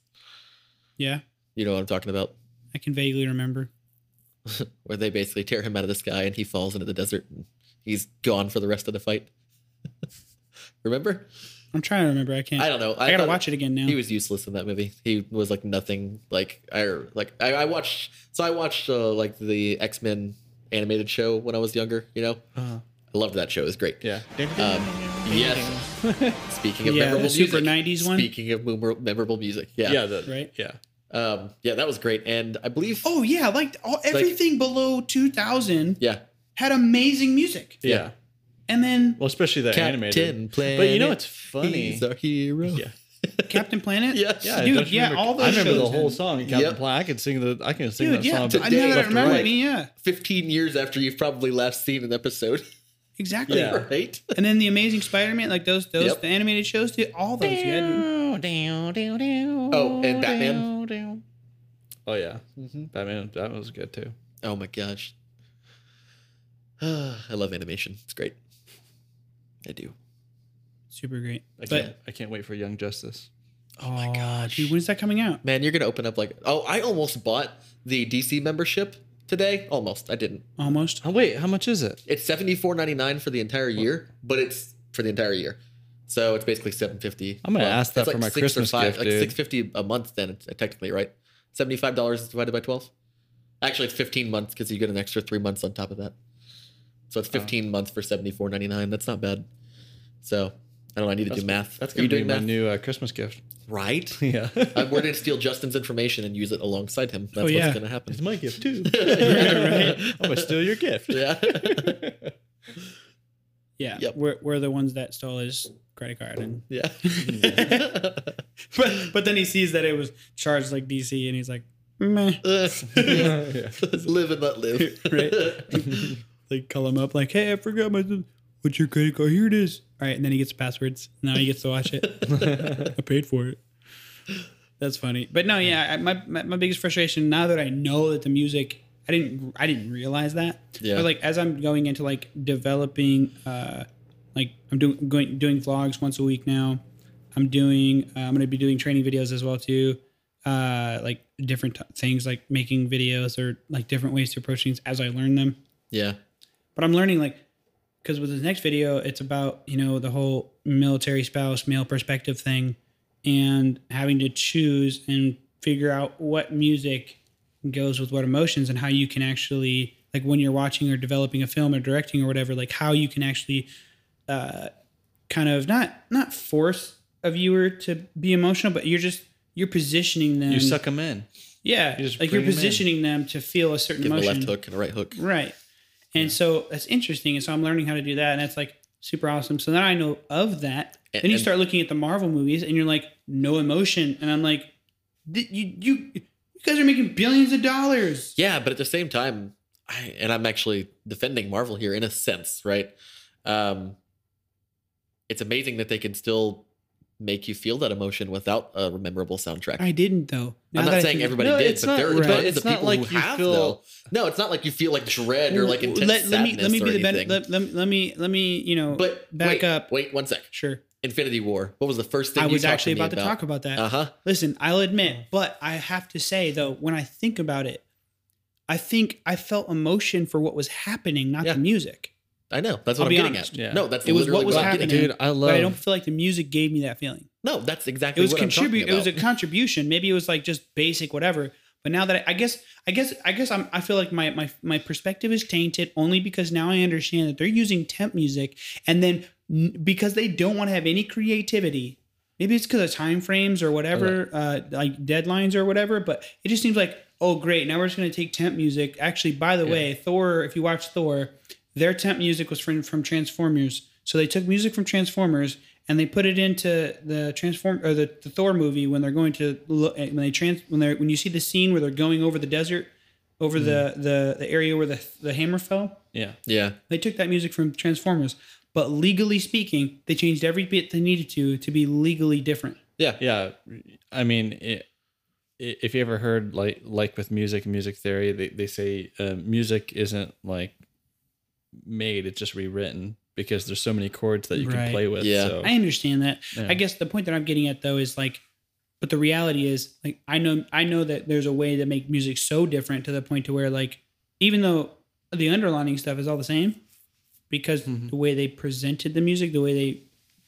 A: Yeah,
B: You know what I'm talking about?
A: I can vaguely remember.
B: Where they basically tear him out of the sky and he falls into the desert and he's gone for the rest of the fight. Remember?
A: I'm trying to remember. I can't.
B: I don't know.
A: I gotta
B: thought-
A: watch it again now.
B: He was useless in that movie. He was like nothing. Like I like I, I watched. So I watched uh, like the X Men animated show when I was younger. You know,
C: Uh-huh.
B: I loved that show. It was great.
C: Yeah.
B: Um, yes. Speaking of
A: Yeah, the
B: memorable
A: super
B: music,
A: 90s one?
B: Speaking of memor- memorable music, yeah,
C: Yeah. the-
A: Right?
C: Yeah.
B: um, yeah, that was great. And I believe,
A: Oh yeah, like all, everything below 2000
B: yeah,
A: had amazing music,
C: Yeah.
B: Yeah.
A: and then
C: Well, especially the animated.
B: Planet.
C: But you know what's funny?
B: He's our hero.
C: Yeah.
A: Captain Planet.
B: Yes.
C: Yeah,
A: Dude,
C: don't you
A: yeah,
C: remember-
A: all those
C: I remember the
A: shows,
C: whole
A: dude.
C: song. Captain
B: Yep.
C: Planet. I can sing the. I can sing
A: Dude,
C: that
A: yeah,
C: song.
A: t- I
B: Today,
A: know that I
B: left to
A: remember
B: right.
A: me. Yeah,
B: Fifteen years after you've probably last seen an episode,
A: exactly.
C: Yeah.
B: right?
A: And then the Amazing Spider-Man, like those those
B: Yep.
A: the animated shows, dude, all those. You had,
B: Oh, and Batman.
C: Oh yeah,
A: Mm-hmm.
C: Batman. That was good too.
B: Oh my gosh, I love animation. It's great. I do.
A: super great.
C: I
A: but
C: can't. I can't wait for Young Justice.
A: oh my god, dude, when's that coming out?
B: Man, you're gonna open up like oh, I almost bought the DC membership today. Almost, I didn't.
A: Almost.
C: Oh wait, how much is it?
B: It's seventy four ninety nine for the entire year, but it's for the entire year. So it's basically seven fifty.
C: I'm gonna ask that for my Christmas
B: five,
C: gift,
B: Like
C: dude.
B: six fifty a month, then it's- uh, technically, right? Seventy five dollars divided by twelve. Actually, it's fifteen months because you get an extra three months on top of that. So it's fifteen months for seventy four ninety nine. That's not bad. So I don't know. I need to
C: That's-
B: do math.
C: That's
B: Are you
C: gonna be
B: doing
C: my
B: math?
C: new uh, Christmas gift.
B: right?
C: Yeah,
B: Uh, We're gonna steal Justin's information and use it alongside him. That's
A: Oh,
B: what's
A: yeah.
B: gonna happen.
C: it's my gift too. I'm gonna steal your gift.
B: Yeah.
A: Yeah,
B: Yep.
A: we're we're the ones that stole his credit card, and
B: yeah.
A: but but then he sees that it was charged like DC, and he's like, meh.
C: Yeah.
B: live and let live.
A: They call him up like, hey, I forgot my. What's your credit card? Here it is. All right, and then he gets passwords. Now he gets to watch it. I paid for it. That's funny, but no, yeah. I, my, my my biggest frustration now that I know that the music, I didn't I didn't realize that.
B: Yeah.
A: But like as I'm going into like developing, uh, like I'm doing going doing vlogs once a week now. I'm doing. Uh, I'm going to be doing training videos as well too, uh, like different t- things, like making videos or like different ways to approach things as I learn them.
B: Yeah.
A: But I'm learning like because with this next video, it's about you know the whole military spouse male perspective thing, and having to choose and figure out what music goes with what emotions and how you can actually like when you're watching or developing a film or directing or whatever, like how you can actually uh, kind of not not force a viewer to be emotional, but you're just you're positioning them.
C: You suck them in.
A: yeah,
C: you just
A: like you're
C: bring 'em in.
A: positioning them to feel a certain
B: Give him a
A: emotion.
B: left hook and a right hook.
A: Right. And so that's interesting. And so I'm learning how to do that. And that's like super awesome. So then I know of that.
B: And-
A: then you
B: and-
A: start looking at the Marvel movies and you're like, no emotion. And I'm like, "Th- you, you, you guys are making billions of dollars.
B: Yeah, but at the same time, I, and I'm actually defending Marvel here in a sense, right? Um, it's amazing that they can still make you feel that emotion without a memorable soundtrack.
A: I didn't though. Now
B: I'm
A: that
B: not
A: I
B: saying
A: think-
B: everybody
C: No,
B: did,
C: it's
B: but
C: not
B: there are
C: right.
B: tons
C: It's
B: of
C: not
B: people
C: like
B: who
C: you
B: have
C: feel-
B: though. No, it's not like you feel like dread or like intense
A: let, let me let me be
B: sadness or
A: the ben-
B: anything.
A: let, let, me- let me let me you know
B: but
A: back
B: wait,
A: up.
B: Wait one sec.
A: Sure.
B: Infinity War. What was the first thing
A: I
B: you
A: was
B: talked
A: actually
B: to me
A: about, to talk about that.
B: Uh huh.
A: Listen, I'll admit, but I have to say though, when I think about it, I think I felt emotion for what was happening, not
B: Yeah.
A: the music.
B: I know. That's
A: I'll
B: what i am
A: be
B: getting
A: honest.
B: at.
C: Yeah.
B: No, that's
A: It was
B: literally
A: what was
B: I'm
A: happening.
B: getting
C: Dude,
A: But
C: I
A: I
C: love-
A: don't feel like the music gave me that feeling.
B: at. No, that's
A: It
B: exactly
A: was
B: what I'm talking
A: contribute. It was a
B: about.
A: contribution. Maybe it was like just basic whatever. But now that I, I guess, I guess, I guess, I'm, I feel like my my my perspective is tainted only because now I understand that they're using temp music, and then n- because they don't want to have any creativity. Maybe it's because of time frames or whatever, uh, like deadlines or whatever. But it just seems like, oh great, now we're just gonna take temp music. Actually, by the way, Thor, if you watch Thor, their temp music was from from Transformers. So they took music from Transformers and they put it into the Transform or the, the Thor movie when they're going to look when they trans when they are when you see the scene where they're going over the desert, over the, the the area where the the hammer fell.
C: Yeah.
B: Yeah.
A: They took that music from Transformers, but legally speaking, they changed every bit they needed to to be legally different.
B: Yeah.
C: yeah i mean it, i- if you ever heard like like with music and music theory they, they say uh, music isn't like made it's just rewritten because there's so many chords that you
A: Right.
C: can play with
B: Yeah.
C: so
A: I understand that.
C: Yeah.
A: I guess the point that I'm getting at though is like, but the reality is like I know I know that there's a way to make music so different to the point to where like even though the underlining stuff is all the same, because
C: Mm-hmm.
A: the way they presented the music, the way they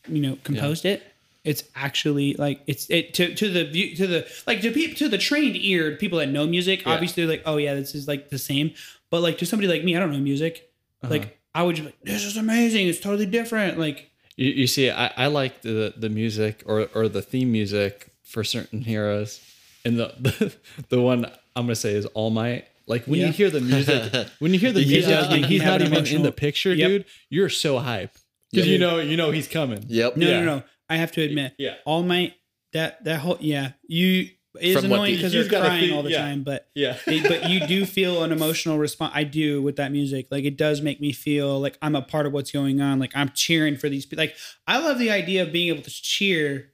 A: you know composed it, it's actually like it's it to to the view to the like to people to the trained ear people that know music obviously they're like oh yeah this is like the same, but like to somebody like me I don't know music
C: Uh-huh.
A: like. I would just be like, this is amazing. It's totally different. Like,
C: you, you see I, I like the the music or or the theme music for certain heroes and the the, the one i'm gonna say is all might like when
A: Yeah.
C: you hear the music when you hear the music
A: does
C: and
A: make
C: he's
A: you have
C: not
A: an
C: even in
A: emotional-
C: the picture
A: Yep.
C: dude you're so hype because you know you know he's coming
B: Yep.
A: No,
C: Yeah.
A: no, no. I have to admit,
C: Yeah.
A: All Might, that that whole yeah, you it is
B: From what
A: annoying
B: the-
A: because
C: You've
A: they're
C: gotta
A: crying
C: think-
A: all the
C: yeah.
A: time, but
C: yeah
A: they- but you do feel an emotional response. I do with that music. Like it does make me feel like I'm a part of what's going on. Like I'm cheering for these. pe- Like I love the idea of being able to cheer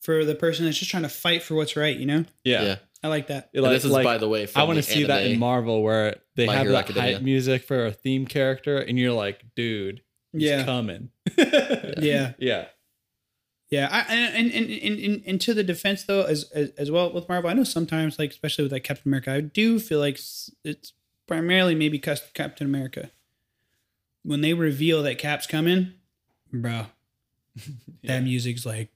A: for the person that's just trying to fight for what's right. You know,
C: yeah,
B: Yeah.
A: I like that.
C: It,
B: And
C: like-
B: this is,
C: like,
B: by the way, from
C: I want to
B: the
C: see that in
B: anime.
C: Marvel where they
B: My
C: have
B: Hero
C: that
B: Academia.
C: hype music for a theme character, and you're like, dude, he's
A: Yeah.
C: coming.
A: Yeah.
C: yeah,
A: Yeah, I, and, and, and, and, and to the defense though, as, as as well with Marvel, I know sometimes like especially with like Captain America, I do feel like s- it's primarily maybe cus- Captain America. When they reveal that Cap's coming, bro, that music's like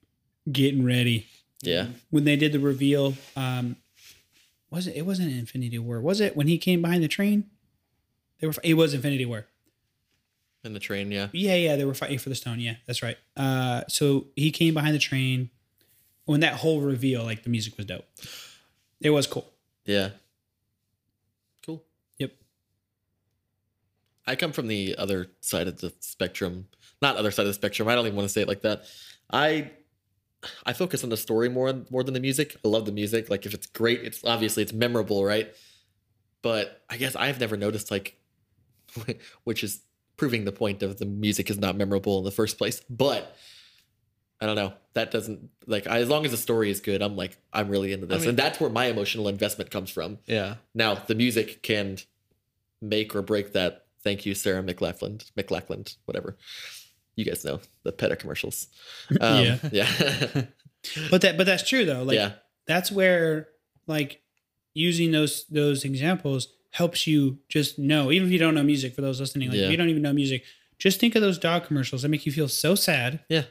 A: getting ready.
B: Yeah.
A: When they did the reveal, um, was it? It wasn't Infinity War, was it? When he came behind the train, they were. It was Infinity War.
B: In the train. Yeah.
A: Yeah, yeah, they were fighting for the stone. Yeah, that's right. Uh, so he came behind the train. When that whole reveal, like the music was dope. It was cool.
B: Yeah. Cool.
A: Yep.
B: I come from the other side of the spectrum. Not other side of the spectrum. I don't even want to say it like that. I I focus on the story more more than the music. I love the music. Like if it's great, it's obviously it's memorable, right? But I guess I've never noticed like which is proving the point of the music is not memorable in the first place. But I don't know. That doesn't like I, as long as the story is good, I'm like I'm really into this,
C: mean-
B: and that's where my emotional investment comes from.
C: yeah.
B: Now the music can make or break that. Thank you, Sarah McLachlan, McLachlan, whatever. You guys know the PETA commercials. Um, yeah.
A: But that but that's true though. Like
B: Yeah.
A: that's where like using those those examples helps you just know, even if you don't know music for those listening, like
B: Yeah.
A: if you don't even know music, just think of those dog commercials that make you feel so sad
B: Yeah.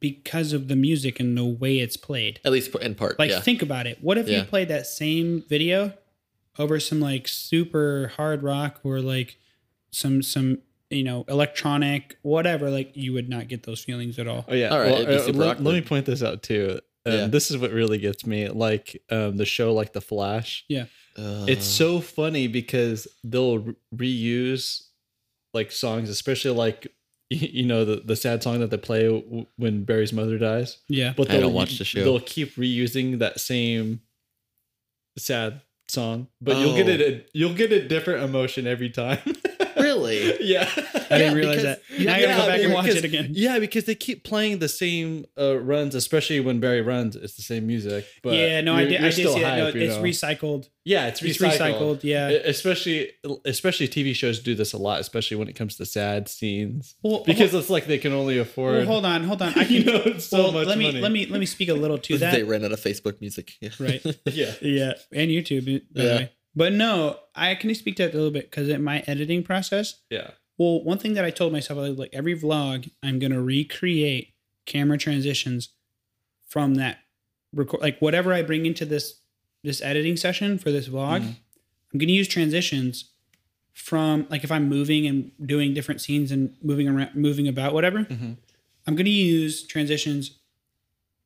A: because of the music and the way it's played.
B: At least in part.
A: Like
B: yeah.
A: think about it. What if you
B: Yeah.
A: played that same video over some like super hard rock or like some some you know electronic whatever like you would not get those feelings at all.
C: Oh yeah.
B: All right,
C: Well,
B: it'd be
C: uh,
B: super
C: let, let me
B: awkward.
C: point this out too. Um,
B: Yeah.
C: This is what really gets me. Like um, the show, like The Flash.
B: Uh,
C: It's so funny because they'll re- reuse like songs, especially like y- you know the, the sad song that they play w- when Barry's mother dies.
A: Yeah.
C: But
B: I don't
C: they'll-
B: watch the show.
C: They'll keep reusing that same sad song, but you'll get
B: Oh.
C: it. A, you'll get a different emotion every time.
B: really.
C: yeah.
A: I didn't realize
B: because-
A: that. Now I gotta go back and watch
C: because-
A: it again.
C: Yeah, because they keep playing the same uh, runs, especially when Barry runs. It's the same music. But
A: yeah, no, I
C: you're-
A: did. I
C: you're
A: did see
C: still
A: that. No,
C: hype, you
A: it's
C: know?
A: recycled.
C: Yeah, it's
A: It's
C: recycled.
A: recycled. yeah.
C: E- Especially, especially TV shows do this a lot, especially when it comes to sad scenes,
A: Well,
C: because it's like they can only afford.
A: well, hold on, hold on. I can.
C: you know, it's so
A: well,
C: much
A: let me
C: money.
A: let me let me speak a little to that.
B: They ran out of Facebook music. Yeah.
A: right.
C: Yeah.
A: Yeah, and YouTube. By The
B: Yeah.
A: way. But no, I can speak to that a little bit because in my editing process,
C: Yeah.
A: Well, one thing that I told myself, I was like every vlog, I'm gonna recreate camera transitions from that record. Like whatever I bring into this this editing session for this vlog, I'm gonna use transitions from like if I'm moving and doing different scenes and moving around, moving about, whatever.
C: Mhm.
A: I'm gonna use transitions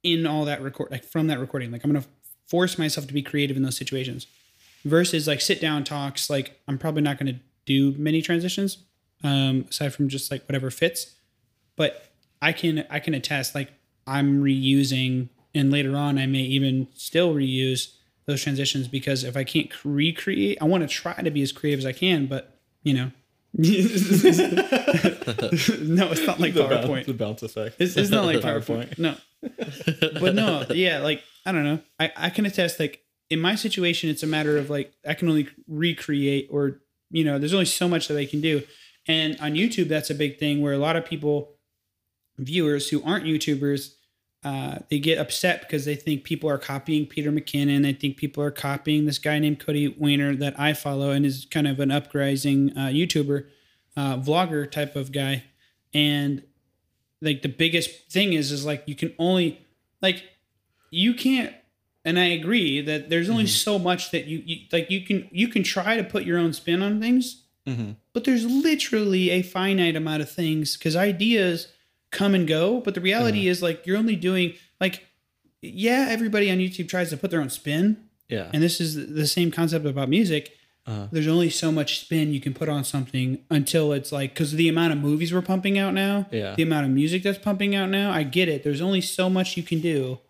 A: in all that record, like from that recording. Like I'm gonna force myself to be creative in those situations. Versus like sit down talks, like I'm probably not gonna do many transitions um, aside from just like whatever fits. But I can I can attest like I'm reusing, and later on I may even still reuse those transitions because if I can't cre- recreate, I want to try to be as creative as I can, but you know. no, it's not like
C: The bounce,
A: PowerPoint.
C: the bounce effect.
A: It's, it's not like PowerPoint. No. But no, yeah, like I don't know. I, I can attest like in my situation it's a matter of like I can only recreate or you know, there's only so much that I can do. And on YouTube that's a big thing where a lot of people viewers who aren't YouTubers uh, they get upset because they think people are copying Peter McKinnon. They think people are copying this guy named Cody Weiner that I follow and is kind of an uprising uh, YouTuber, uh, vlogger type of guy. And like the biggest thing is is like you can only like you can't and i agree that there's only so much that you, you like you can you can try to put your own spin on things
C: Mhm.
A: but there's literally a finite amount of things because ideas come and go but the reality is like you're only doing like yeah everybody on youtube tries to put their own spin
C: Yeah.
A: and this is the same concept about music.
C: Uh-huh.
A: There's only so much spin you can put on something until it's like because the amount of movies we're pumping out now,
C: Yeah.
A: the amount of music that's pumping out now. I get it. There's only so much you can do.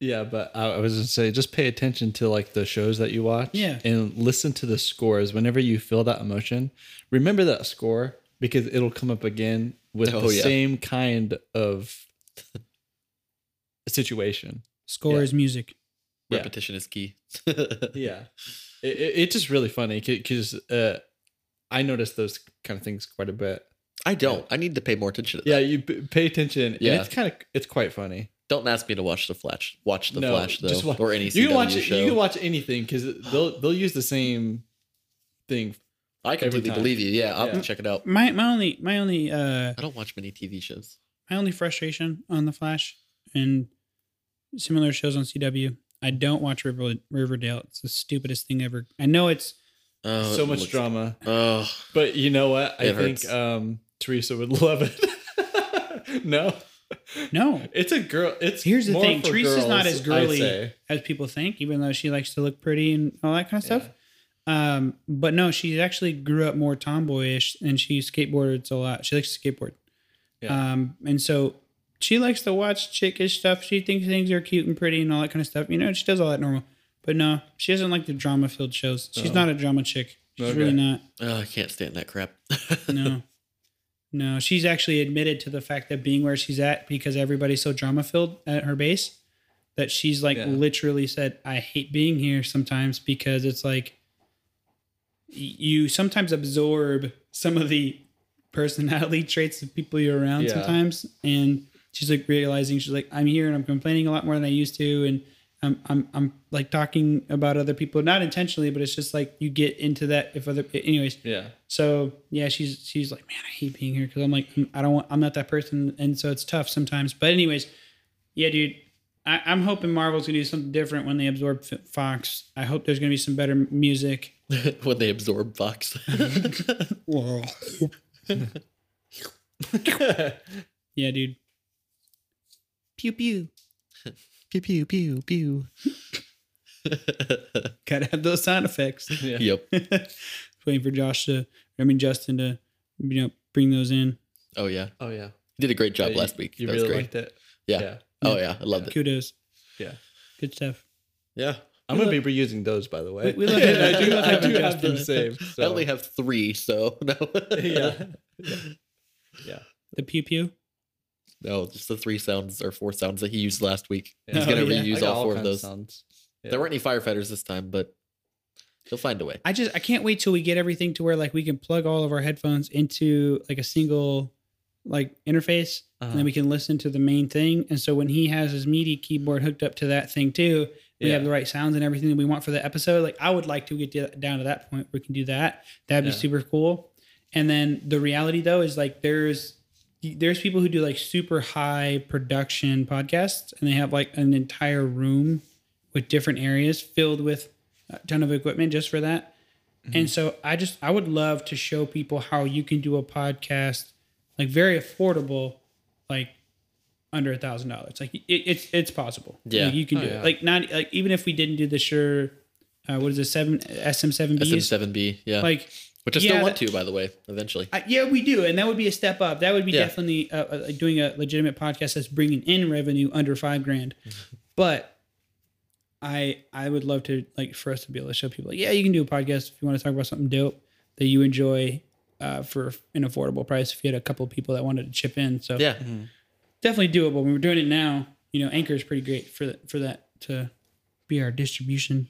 C: Yeah, but I I was gonna say just pay attention to like the shows that you watch.
A: Yeah.
C: And listen to the scores. Whenever you feel that emotion, remember that score because it'll come up again with
B: Oh,
C: the
B: yeah.
C: same kind of situation.
A: Score
C: Yeah.
A: is music.
C: Yeah.
B: Repetition is key.
C: Yeah. It, it- it's just really funny because uh, I notice those kind of things quite a bit.
B: I don't. I need to pay more attention to that.
C: Yeah, you p- pay attention.
B: Yeah.
C: And it's kind of it's quite funny.
B: Don't ask me to watch the Flash. Watch the Flash though,
C: wa-
B: or any
C: You
B: CW
C: can watch
B: show.
C: you can watch anything because they'll they'll use the same thing
B: I completely
C: time.
B: believe you. Yeah, I'll
C: Yeah.
B: check it out.
A: My my only my only uh
B: I don't watch many TV shows.
A: my only frustration on the Flash and similar shows on CW. I don't watch River, Riverdale. It's the stupidest thing ever. I know it's
B: Oh,
C: so
B: it
C: much
B: looks-
C: drama.
B: Oh,
C: But you know what? I
B: It
C: think
B: hurts.
C: um, Teresa would love it. no,
A: no.
C: it's a girl. It's
A: Here's the
C: more
A: thing:
C: for
A: Teresa's not
C: girls,
A: as
C: I'd
A: girly
C: say.
A: as people think, even though she likes to look pretty and all that kind of stuff. Um, but no, she actually grew up more tomboyish, and she skateboards a lot. She likes to skateboard,
C: Yeah.
A: um, and so she likes to watch chickish stuff. She thinks things are cute and pretty and all that kind of stuff. You know, she does all that normal. But no, she doesn't like the drama filled shows. She's
C: Oh.
A: not a drama chick. She's
C: Okay.
A: really not.
B: oh, I can't stand that crap.
A: No. No, she's actually admitted to the fact that being where she's at because everybody's so drama filled at her base that she's like
C: Yeah.
A: literally said, I hate being here sometimes because it's like y- you sometimes absorb some of the personality traits of people you're around
C: Yeah.
A: sometimes. And she's like realizing she's like I'm here and I'm complaining a lot more than I used to and I'm I'm I'm like talking about other people not intentionally but it's just like you get into that if other anyways
C: Yeah.
A: so yeah, she's she's like, man, I hate being here because I'm like, mm, I don't want, I'm not that person, and so it's tough sometimes. But anyways, yeah, dude, I, I'm hoping Marvel's gonna do something different when they absorb F- Fox. I hope there's gonna be some better music.
B: when they absorb Fox.
C: Mm-hmm.
A: yeah, dude. Pew pew.
B: pew pew pew pew.
A: Gotta have those sound effects.
B: Yep.
A: Waiting for Josh to, I mean Justin to, you know, bring those in.
B: Oh yeah.
C: Oh yeah.
B: You did a great job
C: Yeah, you-
B: last week.
C: You
B: that
C: really
B: was great.
C: liked it.
B: Yeah.
C: Yeah.
B: Oh yeah, I loved it.
A: Kudos.
C: Yeah.
A: Good stuff.
B: Yeah.
C: I'm gonna be reusing those, by the way.
A: We- we love it.
C: I
A: We
C: do,
A: love
C: I
A: having
C: do have them
B: the-
C: saved.
B: I
C: so-
B: only have three, so no.
C: yeah. Yeah.
A: The pew pew.
B: No, just the three sounds or four sounds that he used last week.
C: Yeah.
B: He's gonna
A: Oh, yeah.
C: I
B: reuse
C: got
B: all four of
C: kinds
B: those.
C: sounds.
B: There weren't any firefighters this time, but he'll find a way.
A: I just I can't wait till we get everything to where like we can plug all of our headphones into like a single like interface and
C: Uh-huh.
A: then we can listen to the main thing. And so when he has his MIDI keyboard hooked up to that thing too, we have
C: Yeah.
A: the right sounds and everything that we want for the episode. Like I would like to get to- down to that point where we can do that. That'd be
C: Yeah.
A: super cool. And then the reality though is like there's there's people who do like super high production podcasts and they have like an entire room with different areas filled with a ton of equipment just for that. And so I just I would love to show people how you can do a podcast like very affordable, like under a thousand dollars. Like it, it's it's possible.
B: Yeah.
A: Like, you can
C: Oh,
A: do
C: yeah.
A: it. Like not like even if we didn't do the sure, uh, what is it seven SM seven Bs?
B: SM7B, yeah.
A: Like
B: Which I
A: yeah,
B: still want
A: that-
B: to, by the way, eventually.
A: I, yeah, we do, and that would be a step up. That would be
B: Yeah.
A: definitely uh, uh, like doing a legitimate podcast that's bringing in revenue under five grand. but I I would love to like for us to be able to show people, like, yeah, you can do a podcast if you want to talk about something dope that you enjoy uh, for an affordable price. If you had a couple of people that wanted to chip in, so
B: yeah.
C: Mm-hmm.
A: definitely doable. When we're doing it now, you know, Anchor is pretty great for that for that to be our distribution.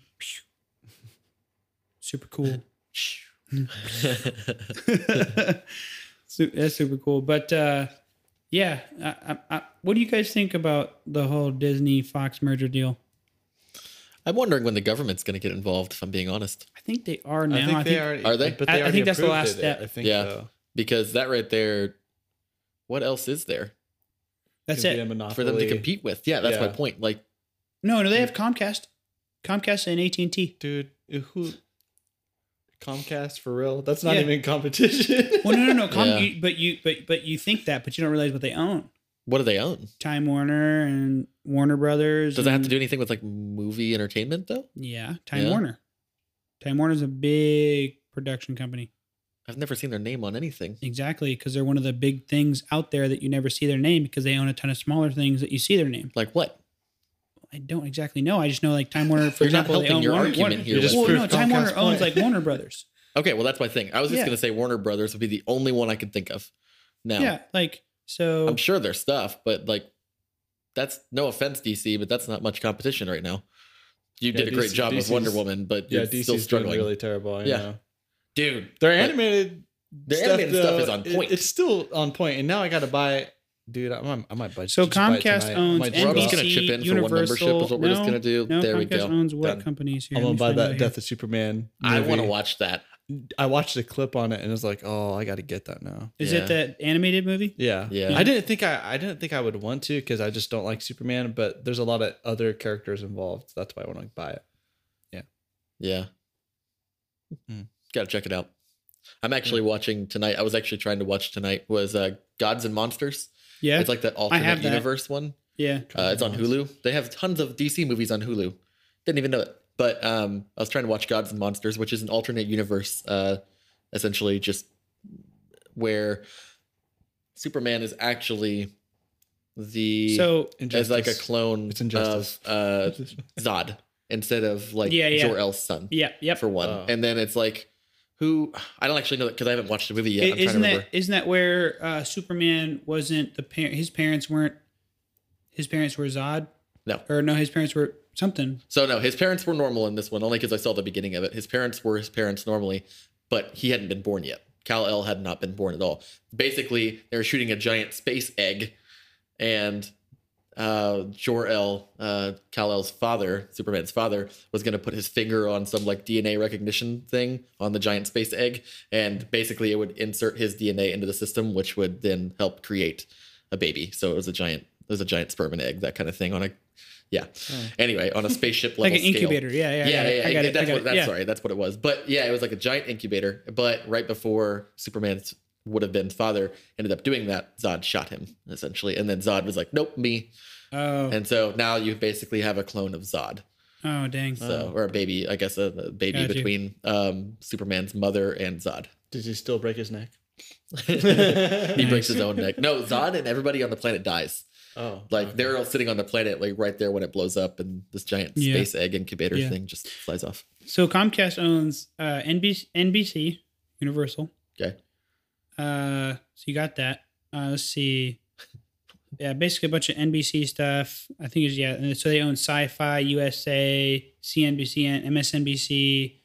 A: Super cool. Su- That's super cool. But uh, yeah, I, I, I, what do you guys think about the whole Disney Fox merger deal?
B: I'm wondering when the government's going to get involved, if I'm being honest,
A: I think they are now.
C: I think they already
B: Are they?
C: But
A: I-
C: they
A: I
C: already
A: think that's the
C: approved
A: last
C: it,
A: step.
C: I think
B: Yeah.
C: so.
B: because that right there, what else is there
A: that's
C: Could be a
A: it.
B: for them to
C: monopoly.
B: compete with? Yeah, that's my
C: Yeah.
B: point. Like,
A: No, no, they have Comcast, Comcast and AT and T.
C: Dude, who? Comcast for real? That's not
A: Yeah.
C: even competition.
A: Well, no, no, no. Com-
B: Yeah.
A: you, but you, but but you think that, but you don't realize what they own.
B: what do they own?
A: Time Warner and Warner Brothers.
B: Does it have to
A: and-
B: do anything with like movie entertainment though?
A: Yeah, Time
B: Yeah.
A: Warner. Time Warner's a big production company.
B: I've never seen their name on anything.
A: Exactly, because they're one of the big things out there that you never see their name because they own a ton of smaller things that you see their name.
B: Like what?
A: I don't exactly know. I just know like Time Warner, for
B: You're not
A: example, they
B: helping
A: own
B: your
A: Warner.
B: argument
A: Warner-
B: here. You just
A: well, no,
C: proved
A: Time Warner
C: Comcast's
A: owns like
C: point.
A: Warner Brothers.
B: Okay, well that's my thing. I was just
A: Yeah.
B: gonna say Warner Brothers would be the only one I could think of. Now,
A: Yeah, like so.
B: I'm sure there's stuff, but like that's no offense, DC, but that's not much competition right now. You
C: Yeah,
B: did a great
C: DC
B: job with Wonder
C: DC's
B: Woman, but
C: yeah,
B: you're
C: DC's
B: still struggling.
C: doing really terrible. I
B: Yeah.
C: know.
B: Dude,
C: Their
B: But-
C: animated,
B: Their animated stuff is on
C: it-
B: point.
C: it's still on point, and now I got to buy. Dude, I'm, I might budget.
A: so
C: just buy it
A: Comcast
C: tonight. I
A: owns
C: might
A: NBC,
C: just
B: We're all
C: buy it.
B: just gonna chip in for one
A: Universal.
B: membership is what we're just
A: no,
B: gonna do.
A: No,
B: There we
A: Comcast
B: go.
A: Owns what
B: Done.
A: companies? Here,
C: I'm
A: let
C: gonna
A: me
C: buy
A: find out
C: that
A: here.
C: Death of Superman.
B: I want to
C: movie.
B: watch that.
C: I watched a clip on it and it's like, oh, I got to get that now.
A: Is
B: Yeah.
A: it that animated movie?
C: Yeah,
B: Yeah.
C: I didn't think I, I didn't think I would want to because I just don't like Superman. But there's a lot of other characters involved. That's why I want to buy it.
B: Yeah.
A: Hmm.
C: Mm.
B: Gotta check it out. I'm actually watching tonight. I was actually trying to watch tonight was uh Gods and Monsters.
A: Yeah,
B: It's like the
A: have
B: alternate
A: that.
B: universe one.
A: yeah.
B: Uh, it's on Hulu. They have tons of DC movies on Hulu. Didn't even know it. But um, I was trying to watch Gods and Monsters, which is an alternate universe, uh, essentially just where Superman is actually the
A: So
B: as like a
C: Injustice.
B: clone
C: It's Injustice.
B: of uh, Zod instead of like
A: Yeah, yeah.
B: Jor El's son
A: yeah, yep.
B: for one.
C: Oh.
B: And then it's like who I don't actually know that because I haven't watched the movie yet.
A: I-
B: I'm trying to
A: isn't
B: remember.
A: that isn't that where uh, Superman wasn't the parent? His parents weren't. His parents were Zod.
B: No.
A: Or no, his parents were something.
B: So no, his parents were normal in this one, only because I saw the beginning of it. His parents were his parents normally, but he hadn't been born yet. Cal El had not been born at all. Basically, they were shooting a giant space egg and uh, Jor El, uh, Kal El's father, Superman's father, was going to put his finger on some like DNA recognition thing on the giant space egg, and basically it would insert his DNA into the system, which would then help create a baby. So it was a giant, it was a giant sperm and egg, that kind of thing on a, yeah. Anyway, on a spaceship level,
A: Hmm. like an
B: scale.
A: incubator. Yeah, yeah, I
B: Yeah,
A: got it,
B: yeah,
A: I got
B: yeah.
A: it, I
B: That's
A: got
B: what.
A: it,
B: That's
A: yeah.
B: sorry. That's what it was. But yeah, it was like a giant incubator. But right before Superman would have been father ended up doing that, Zod shot him essentially, and then Zod was like, "Nope, me."
A: Oh,
B: And so now you basically have a clone of Zod,
A: oh, dang.
B: so or a baby, I guess a, a baby
A: Got you.
B: between um, Superman's mother and Zod.
C: Did he still break his neck?
B: He breaks his own neck. No, Zod and everybody on the planet dies.
C: Oh,
B: Like they're all sitting on the planet, like right there when it blows up, and this giant
A: Yeah.
B: space egg incubator
A: Yeah.
B: thing just flies off.
A: So Comcast owns uh, NBC, NBC, Universal.
B: Okay.
A: Uh, so you got that. Uh, let's see. Yeah, basically a bunch of NBC stuff. I think it's yeah. and So they own Sci-Fi, USA, CNBC, and MSNBC.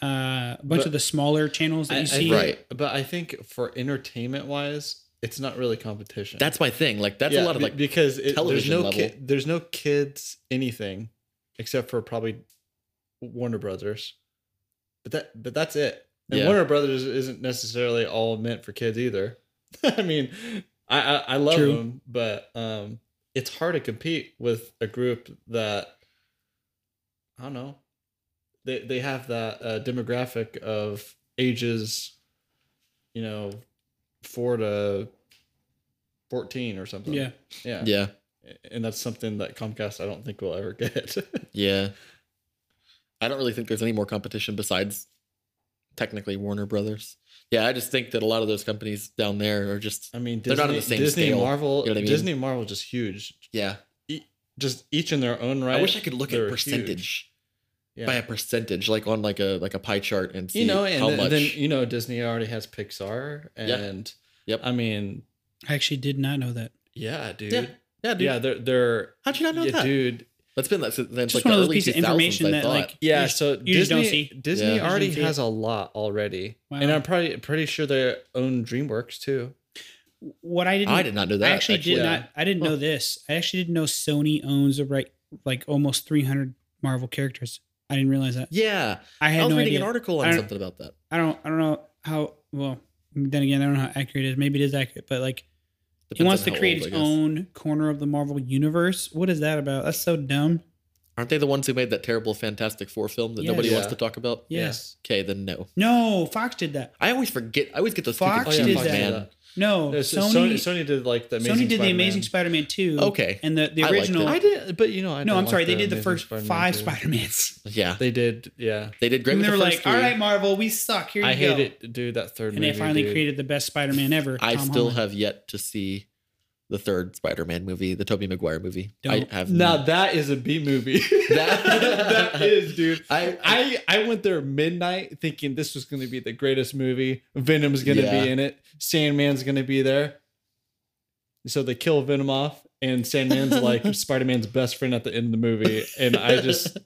A: Uh, a bunch
C: But-
A: of the smaller channels that
C: I,
A: you
C: I
A: see.
C: think-
B: Right.
C: But I think for entertainment wise, it's not really competition.
B: That's my thing. Like that's
C: Yeah,
B: a lot of
C: be-
B: like
C: because it, there's
B: television
C: no
B: level.
C: ki- there's no kids anything except for probably Warner Brothers. But that but that's it. And
B: Yeah.
C: Warner Brothers isn't necessarily all meant for kids either. I mean, I I, I love
A: True.
C: them, but um, it's hard to compete with a group that I don't know. They they have that uh, demographic of ages, you know, four to fourteen or something.
A: Yeah.
C: Yeah.
B: yeah.
C: And that's something that Comcast I don't think will ever get.
B: Yeah. I don't really think there's any more competition besides technically Warner Brothers. Yeah, I just think that a lot of those companies down there are just
C: I mean, Disney,
B: They're not on the same
C: Disney
B: scale,
C: Marvel,
B: you know what I mean?
C: Disney Marvel just huge.
B: yeah.
C: Just each in their own right.
B: I wish I could look at
C: they're huge.
B: percentage
C: Yeah.
B: by a percentage, like on like a like a pie chart and see
C: you know, and
B: how
C: th-
B: much.
C: then you know Disney already has Pixar, and
B: Yep.
C: I mean,
A: I actually did not know that.
C: yeah, dude, yeah,
B: yeah, yeah, dude.
C: they're they're
B: How'd you not know
C: yeah,
B: that?
C: dude,
B: That's been like since since,
A: Just
B: like
A: one
B: the
A: of those
B: early
A: pieces of
B: 2000s,
A: information
B: I
A: that
B: thought.
A: like
C: Yeah,
A: you just-
C: so
A: you
C: Disney
A: just don't see.
C: Disney
B: Yeah.
C: already
A: You just don't see
C: has a lot already,
A: Wow.
C: and I'm probably pretty sure they own DreamWorks too.
A: what I didn't.
B: I did not know that.
A: I actually, did not. I didn't know
B: Huh.
A: this. I actually didn't know Sony owns a right like almost 300 Marvel characters. I didn't realize that.
B: Yeah,
A: I
B: I,
A: had
B: was
A: no
B: reading
A: idea.
B: an article
A: I
B: on
A: don't-
B: something about that.
A: I don't. I don't know how. Well, then again, I don't know how accurate it is. Maybe it is accurate, but like he
B: Depends
A: wants
B: on
A: to
B: how
A: create
B: old,
A: his
B: I guess.
A: own corner of the Marvel universe. What is that about? That's so dumb.
B: Aren't they the ones who made that terrible Fantastic Four film that
A: Yes.
B: nobody wants
C: Yeah.
B: to talk about?
A: Yes.
B: Okay, then no.
A: No, Fox did that.
B: I always forget. I always get those two
A: Fox
B: confused,
A: did
C: Fox
A: that.
B: man.
A: No,
C: No, so-
A: Sony.
C: Sony, Sony did like the
A: Sony
C: amazing.
A: did the Amazing
C: Spider-Man.
A: Spider-Man two.
B: Okay.
A: and the the
B: I liked it.
A: original.
C: I didn't, but you know, I
A: no,
C: didn't
A: I'm sorry.
C: like
A: they did the
C: Amazing
A: first
C: Spider-Man
A: five
C: too.
A: Spider-Mans.
B: Yeah,
C: They did, yeah.
B: they did great.
A: And
B: with
A: they were
B: the first
A: like,
B: three.
A: "All right, Marvel, we suck. Here you
C: I
A: go."
C: hate it, dude. That third
A: And
C: movie.
A: they finally
C: dude.
A: created the best Spider-Man ever.
B: I
A: Tom
B: still
A: Holland.
B: have yet to see the third Spider-Man movie, the Tobey Maguire movie.
A: Don't-
B: I have
C: Now that is a B movie.
B: That-
C: that is, dude.
B: I, I
C: I I went there midnight thinking this was going to be the greatest movie. Venom's going to
B: Yeah.
C: be in it. Sandman's going to be there. So they kill Venom off, and Sandman's like Spider Man's best friend at the end of the movie. And I just,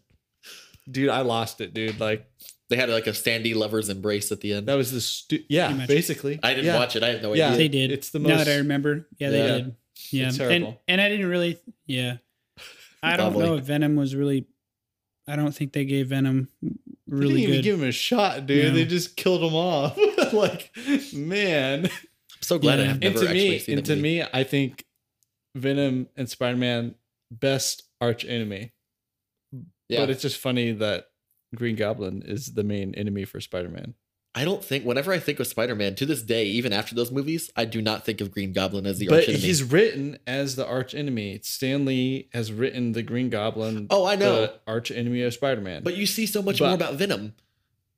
C: dude, I lost it, dude. Like
B: they had like a Sandy lovers embrace at the end.
C: that was the stu- yeah,
A: Pretty much.
C: basically.
B: I didn't
C: yeah.
B: watch it. I have no
C: Yeah.
B: idea.
A: They did.
C: It's the
A: Now that
C: most-
A: I remember. Yeah, they
C: Yeah.
A: did. Yeah,
C: It's
A: and
C: terrible.
A: and I didn't really. Yeah, I don't
B: Probably.
A: know if Venom was really. I don't think they gave Venom
C: they
A: really
C: didn't
A: good.
C: even give him a shot, dude.
A: Yeah.
C: They just killed him off. like, man.
B: I'm so glad I
A: Yeah.
B: have
C: And
B: never
C: to
B: actually
C: me,
B: seen
C: and
B: the
C: to
B: movie.
C: me, I think Venom and Spider Man best arch enemy.
B: yeah.
C: But it's just funny that Green Goblin is the main enemy for Spider Man.
B: I don't think. Whenever I think of Spider-Man, to this day, even after those movies, I do not think of Green Goblin as the
C: But
B: arch enemy.
C: he's written as the arch enemy. Stanley has written the Green Goblin.
B: Oh, I know.
C: the arch enemy of Spider Man.
B: but you see so much
C: But-
B: more about Venom.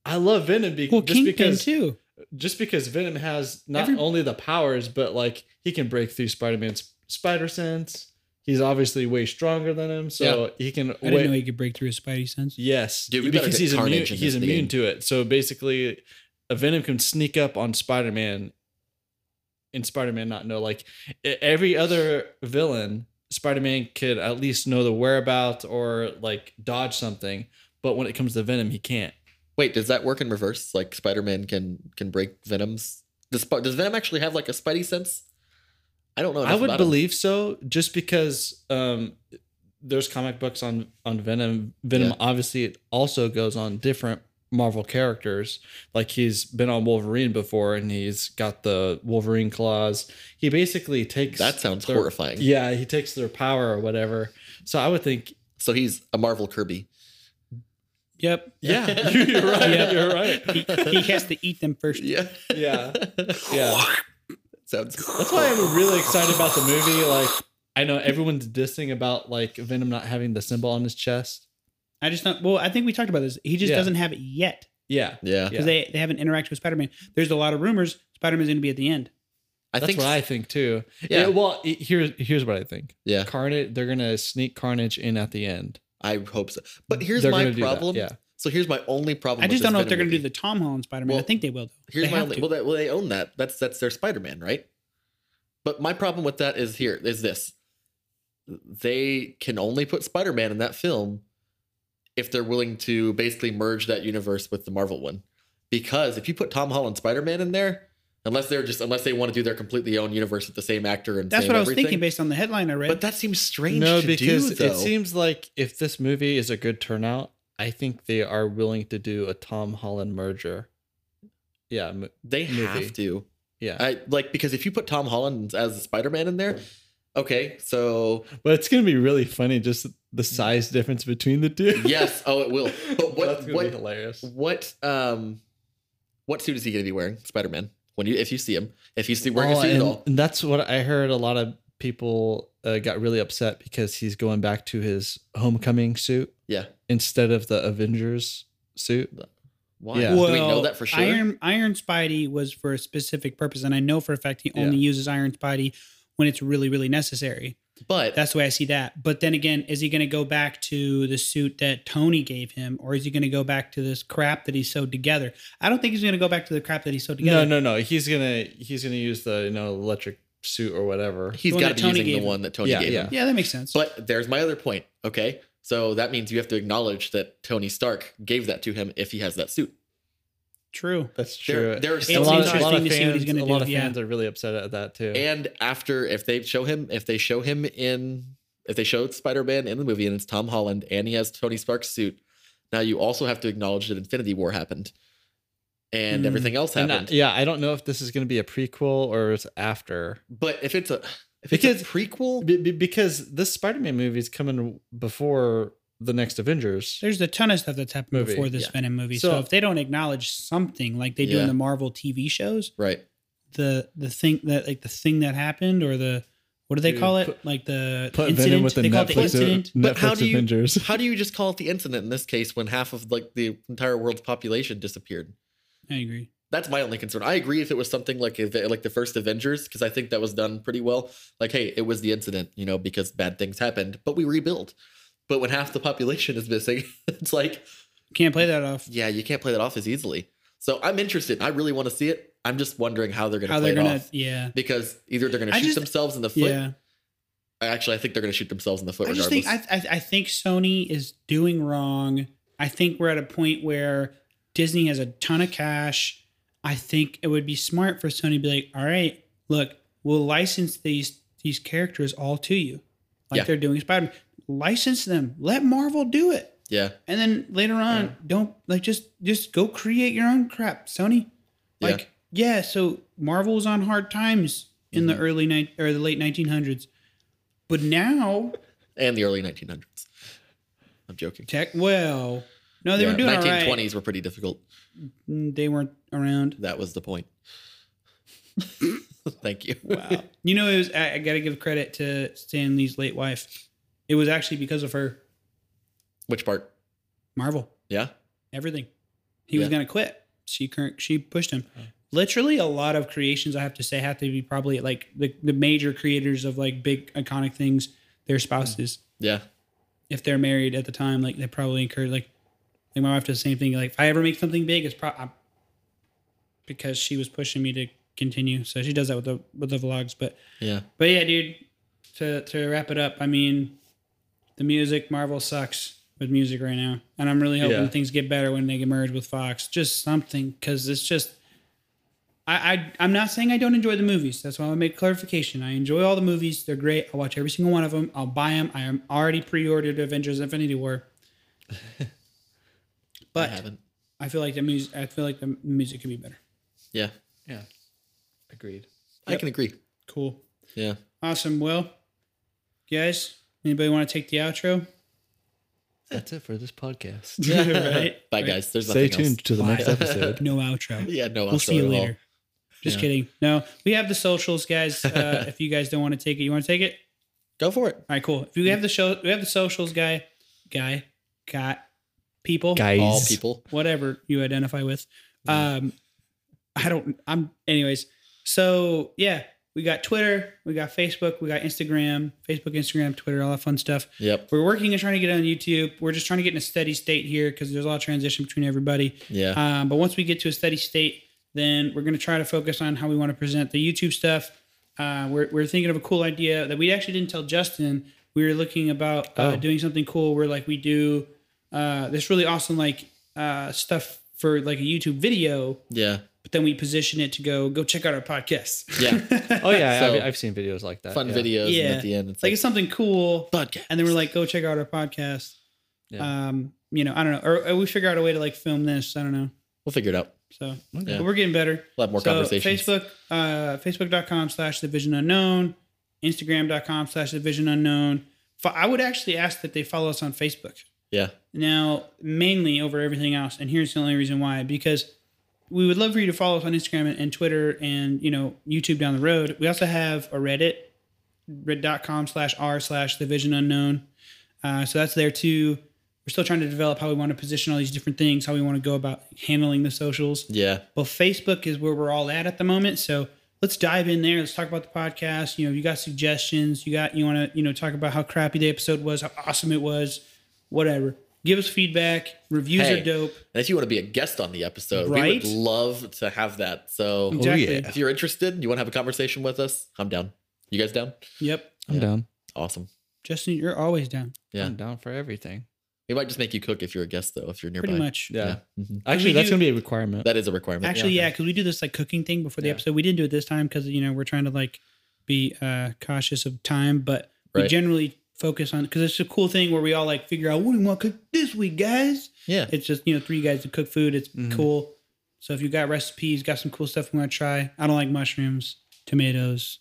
C: I love Venom be-
A: well,
C: just
A: Kingpin
C: because
A: too.
C: just because Venom has not
A: Every-
C: only the powers, but like he can break through Spider Man's spider sense. He's obviously way stronger than him, so he can.
A: I didn't know he could break through his Spidey sense.
C: yes,
B: Dude, we better
C: because
B: get
C: he's
B: Carnage
C: immune.
B: in
C: He's
B: this
C: immune
B: game.
C: to it. So basically, a Venom can sneak up on Spider Man, and Spider Man not know. Like e- every other villain, Spider Man could at least know the whereabouts or like dodge something. But when it comes to Venom, he can't.
B: Wait, does that work in reverse? Like Spider-Man can can break Venom's. Does, Sp- does Venom actually have like a Spidey sense? I don't know.
C: I
B: enough
C: would
B: Oh, about 'em.
C: believe so, just because um, there's comic books on on Venom. Venom
B: Yeah.
C: obviously it also goes on different Marvel characters. Like he's been on Wolverine before, and he's got the Wolverine claws. He basically takes
B: that sounds
C: their-
B: horrifying.
C: Yeah, he takes their power or whatever. So I would think,
B: So he's a Marvel Kirby.
A: Yep.
C: yeah, you're right.
A: Yeah.
C: You're right.
A: He, he has to eat them first.
B: Yeah.
C: Yeah, yeah.
B: Sounds.
C: That's why I'm really excited about the movie. Like, I know everyone's dissing about like Venom not having the symbol on his chest.
A: I just don't. Well, I think we talked about this. He just
C: Yeah.
A: doesn't have it yet
C: Yeah,
B: Yeah.
C: Yeah.
A: because they, they haven't interacted with Spider Man. There's a lot of rumors Spider Man's going to be at the end.
B: I
C: that's
B: think.
C: what I think too.
B: Yeah.
C: Yeah. well, i- here's here's what I think.
B: yeah.
C: Carnage, they're gonna sneak Carnage in at the end.
B: I hope so. But here's
C: They're
B: my
C: gonna do that,
B: problem.
C: yeah.
B: So here's my only problem.
A: I
B: with
A: just
B: this
A: don't know if they're going
B: Venom
A: to do
B: movie.
A: the Tom Holland Spider Man.
B: Well,
A: I think they will. Though.
B: Here's
A: they
B: my
A: have
B: only.
A: to.
B: Well, they, well, they own that. That's that's their Spider-Man, right? But my problem with that is here is this: they can only put Spider-Man in that film if they're willing to basically merge that universe with the Marvel one. Because if you put Tom Holland Spider-Man in there, unless they're just unless they want to do their completely own universe with the same actor and
A: That's
B: same
A: what I was
B: everything.
A: thinking based on the headline I read.
B: But that seems strange.
C: no,
B: to
C: because
B: do,
C: it
B: though.
C: seems like if this movie is a good turnout, I think they are willing to do a Tom Holland merger. Yeah, m-
B: they
C: movie.
B: have to.
C: yeah.
B: I like because if you put Tom Holland as Spider-Man in there, okay, so
C: But it's gonna be really funny, just the size difference between the two.
B: yes, oh it will. But what
C: That's gonna
B: what
C: be hilarious.
B: what um what suit is he gonna be wearing? Spider-Man. When you if you see him. If you see wearing
C: Oh,
B: a suit at
C: and,
B: all.
C: and that's what I heard. A lot of people uh, got really upset because he's going back to his homecoming suit
B: Yeah.
C: instead of the Avengers suit.
B: Why?
C: Yeah.
B: Do we know that for sure?
A: Iron Iron Spidey was for a specific purpose, and I know for a fact he only uses Iron Spidey when it's really, really necessary.
B: but
A: That's the way I see that. But then again, is he going to go back to the suit that Tony gave him, or is he going to go back to this crap that he sewed together? I don't think he's going to go back to the crap that he sewed together.
C: No, no, no. He's gonna he's gonna use the you know electric suit or whatever.
B: he's
A: the one
B: gotta
A: that
B: be
A: Tony
B: using
A: gave
B: the
A: him.
B: one that Tony
C: Yeah,
B: gave him.
C: yeah.
A: Yeah, that makes sense.
B: But there's my other point. Okay. So that means you have to acknowledge that Tony Stark gave that to him if he has that suit.
A: True.
C: That's true.
B: There, there are
A: It's
C: a
B: so
C: lot,
B: many
C: of, a lot
A: interesting
C: of
A: to see what he's
C: fans,
A: gonna
C: a lot
A: do,
C: of
A: yeah.
C: fans are really upset at that too.
B: And after, if they show him, if they show him in, if they showed Spider Man in the movie and it's Tom Holland and he has Tony Stark's suit, now you also have to acknowledge that Infinity War happened and
A: Mm.
B: everything else
C: Hmm. And I-
B: happened.
C: yeah, I don't know if this is gonna be a prequel or it's after.
B: but if it's a, if
C: Because-
B: it's a prequel,
C: Be- be- because this Spider-Man movie is coming before the next Avengers.
A: There's a ton of stuff that's happened
C: Movie,
A: before this
B: yeah.
A: Venom movie. So,
C: So-
A: if they don't acknowledge something like they do
B: Yeah.
A: in the Marvel TV shows,
B: right?
A: the the thing that like the thing that happened or the what do they
C: Dude,
A: call it?
C: put-
A: like the
C: Put
A: incident.
C: Venom with the
A: they call it the
C: Netflix,
A: incident.
B: But how
C: Netflix
B: do you-
C: Avengers.
B: How do you just call it the incident in this case when half of like the entire world's population disappeared?
A: I agree.
B: that's my only concern. I agree if it was something like if- like the first Avengers because I think that was done pretty well. Like, hey, it was the incident, you know, because bad things happened, but we rebuild. But when half the population is missing, it's like,
A: Can't play that off.
B: yeah, you can't play that off as easily. So I'm interested. I really want to see it. I'm just wondering how they're going to
A: How
B: play
A: they're
B: it
A: gonna?
B: off
A: Yeah,
B: because either they're going to
A: I
B: shoot
A: just-
B: themselves in the foot.
A: yeah.
B: Actually, I think they're going to shoot themselves in the foot.
A: I just
B: regardless.
A: think I, I I think Sony is doing wrong. I think we're at a point where Disney has a ton of cash. I think it would be smart for Sony to be like, all right, look, we'll license these these characters all to you, like
B: Yeah.
A: they're doing Spider Man. License them. Let Marvel do it.
B: yeah,
A: And then later on, don't like just just go create your own crap, Sony.
B: Yeah.
A: Like yeah, so Marvel was on hard times in the early night or the late 1900s, but now
B: and the early 1900s. I'm joking.
A: tech. Well, no, they were doing all right.
B: 1920s were pretty difficult.
A: Mm, They weren't around.
B: That was the point. Thank you.
A: Wow. you know, it was. I, I got to give credit to Stan Lee's late wife. It was actually because of her
B: Which part?
A: Marvel.
B: Yeah.
A: everything. He was
B: Yeah.
A: gonna quit. She cur- she pushed him. Literally, a lot of creations I have to say have to be probably like the, the major creators of like big iconic things. Their spouses,
B: Yeah.
A: if they're married at the time, like they probably incurred like like my wife does the same thing. Like if I ever make something big, it's probably because she was pushing me to continue. So she does that with the with the vlogs, but
B: Yeah.
A: but yeah, dude, to to wrap it up, I mean, the music Marvel sucks with music right now, and I'm really hoping
C: Yeah.
A: things get better when they get merged with Fox. Just something, because it's just I, I I'm not saying I don't enjoy the movies. That's why I make clarification. I enjoy all the movies. They're great. I watch every single one of them. I'll buy them. I am already pre-ordered Avengers: Infinity War.
B: I
A: But I,
B: haven't.
A: feel like the music. I feel like the music could be better.
B: Yeah,
C: Yeah. Agreed.
B: I can agree.
A: Cool.
B: Yeah.
A: Awesome. Well, guys, anybody want to take the outro?
C: That's it for this podcast.
A: right.
B: Bye,
A: Right.
B: guys. There's
C: Stay
B: nothing
C: tuned
B: else.
C: to the next episode.
A: No outro.
B: Yeah, no.
A: we'll
B: outro
A: see you
B: at all.
A: later. Just
B: Yeah.
A: kidding. No, we have the socials, guys. Uh, if you guys don't want to take it, you want to take it.
B: Go for it.
A: All right, cool. If you have the show, we have the socials, guy, guy, got people,
C: Guys.
B: All people.
A: whatever you identify with. Um, I don't. I'm. Anyways, so yeah, we got Twitter, we got Facebook, we got Instagram, Facebook, Instagram, Twitter, all that fun stuff.
B: Yep.
A: We're working and trying to get on YouTube. We're just trying to get in a steady state here because there's a lot of transition between everybody.
B: Yeah.
A: Um, but once we get to a steady state, then we're going to try to focus on how we want to present the YouTube stuff. Uh, we're, we're thinking of a cool idea that we actually didn't tell Justin. We were looking about uh,
C: Oh.
A: doing something cool where like we do uh, this really awesome like uh, stuff for like a YouTube video,
B: yeah.
A: but then we position it to go go check out our podcast.
B: Yeah.
C: Oh yeah,
B: So-
C: I've, I've seen videos like that.
B: Fun
C: yeah.
B: videos.
A: Yeah.
B: And at the end, it's
A: like
B: like,
A: it's something cool,
B: podcast.
A: and then we're like go check out our podcast.
C: Yeah.
A: Um, you know, I don't know, or, or we figure out a way to like film this. I don't know.
B: we'll figure it out.
A: So
B: Yeah.
A: but we're getting better.
B: We'll have more
A: So,
B: conversations.
A: Facebook, uh, Facebook.com slash division unknown, Instagram.com slash division unknown. Fo- I would actually ask that they follow us on Facebook
B: Yeah.
A: now, mainly over everything else. And here's the only reason why because we would love for you to follow us on Instagram and, and Twitter and, you know, YouTube down the road. We also have a Reddit, reddit.com slash r slash division unknown. Uh, so that's there too. We're still trying to develop how we want to position all these different things, how we want to go about handling the socials.
B: Yeah.
A: Well, Facebook is where we're all at at the moment. So let's dive in there. Let's talk about the podcast. You know, you got suggestions. You got you want to you know talk about how crappy the episode was, how awesome it was, whatever. Give us feedback. Reviews
B: Hey.
A: are dope.
B: And if you want to be a guest on the episode, we
A: Right?
B: would love to have that. So
A: Exactly.
B: if you're interested, you want to have a conversation with us, I'm down. You guys down?
A: Yep.
C: I'm
B: Yeah.
C: down.
B: Awesome.
A: Justin, you're always down.
B: Yeah.
C: I'm down for everything.
B: We might just make you cook if you're a guest, though, if you're nearby.
A: Pretty much.
C: Yeah.
B: Mhm.
C: Actually, that's
A: do-
C: gonna be a requirement.
B: That is a requirement.
A: Actually,
C: Yeah.
A: yeah, because we do this like cooking thing before the
C: Yeah.
A: episode. We didn't do it this time because you know we're trying to like be uh cautious of time, but we
B: Right.
A: generally focus on because it's a cool thing where we all like figure out what do we want to cook this week, guys.
B: yeah.
A: It's just you know three guys to cook food. It's
C: Mm-hmm.
A: cool. So if you got recipes, got some cool stuff we want to try. I don't like mushrooms, tomatoes.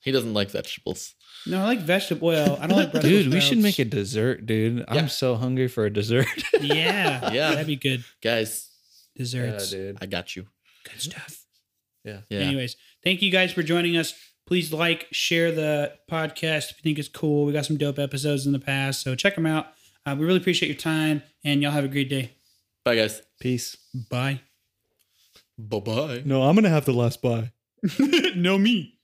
B: He doesn't like vegetables.
A: No, I like vegetable oil. I don't like Brussels
C: Dude, we should make a
A: sprouts.
C: dessert, dude.
B: Yeah.
C: I'm so hungry for a dessert.
A: Yeah,
B: Yeah.
A: that'd be good.
B: Guys,
A: Desserts,
C: dude.
B: I got you.
A: good stuff.
C: Yeah.
B: Yeah.
A: Anyways, thank you guys for joining us. Please like, share the podcast if you think it's cool. We got some dope episodes in the past, so check them out. Uh, we really appreciate your time, and y'all have a great day.
B: Bye, guys.
C: Peace.
A: Bye.
B: Bye bye.
C: No, I'm gonna have the last bye.
A: no me.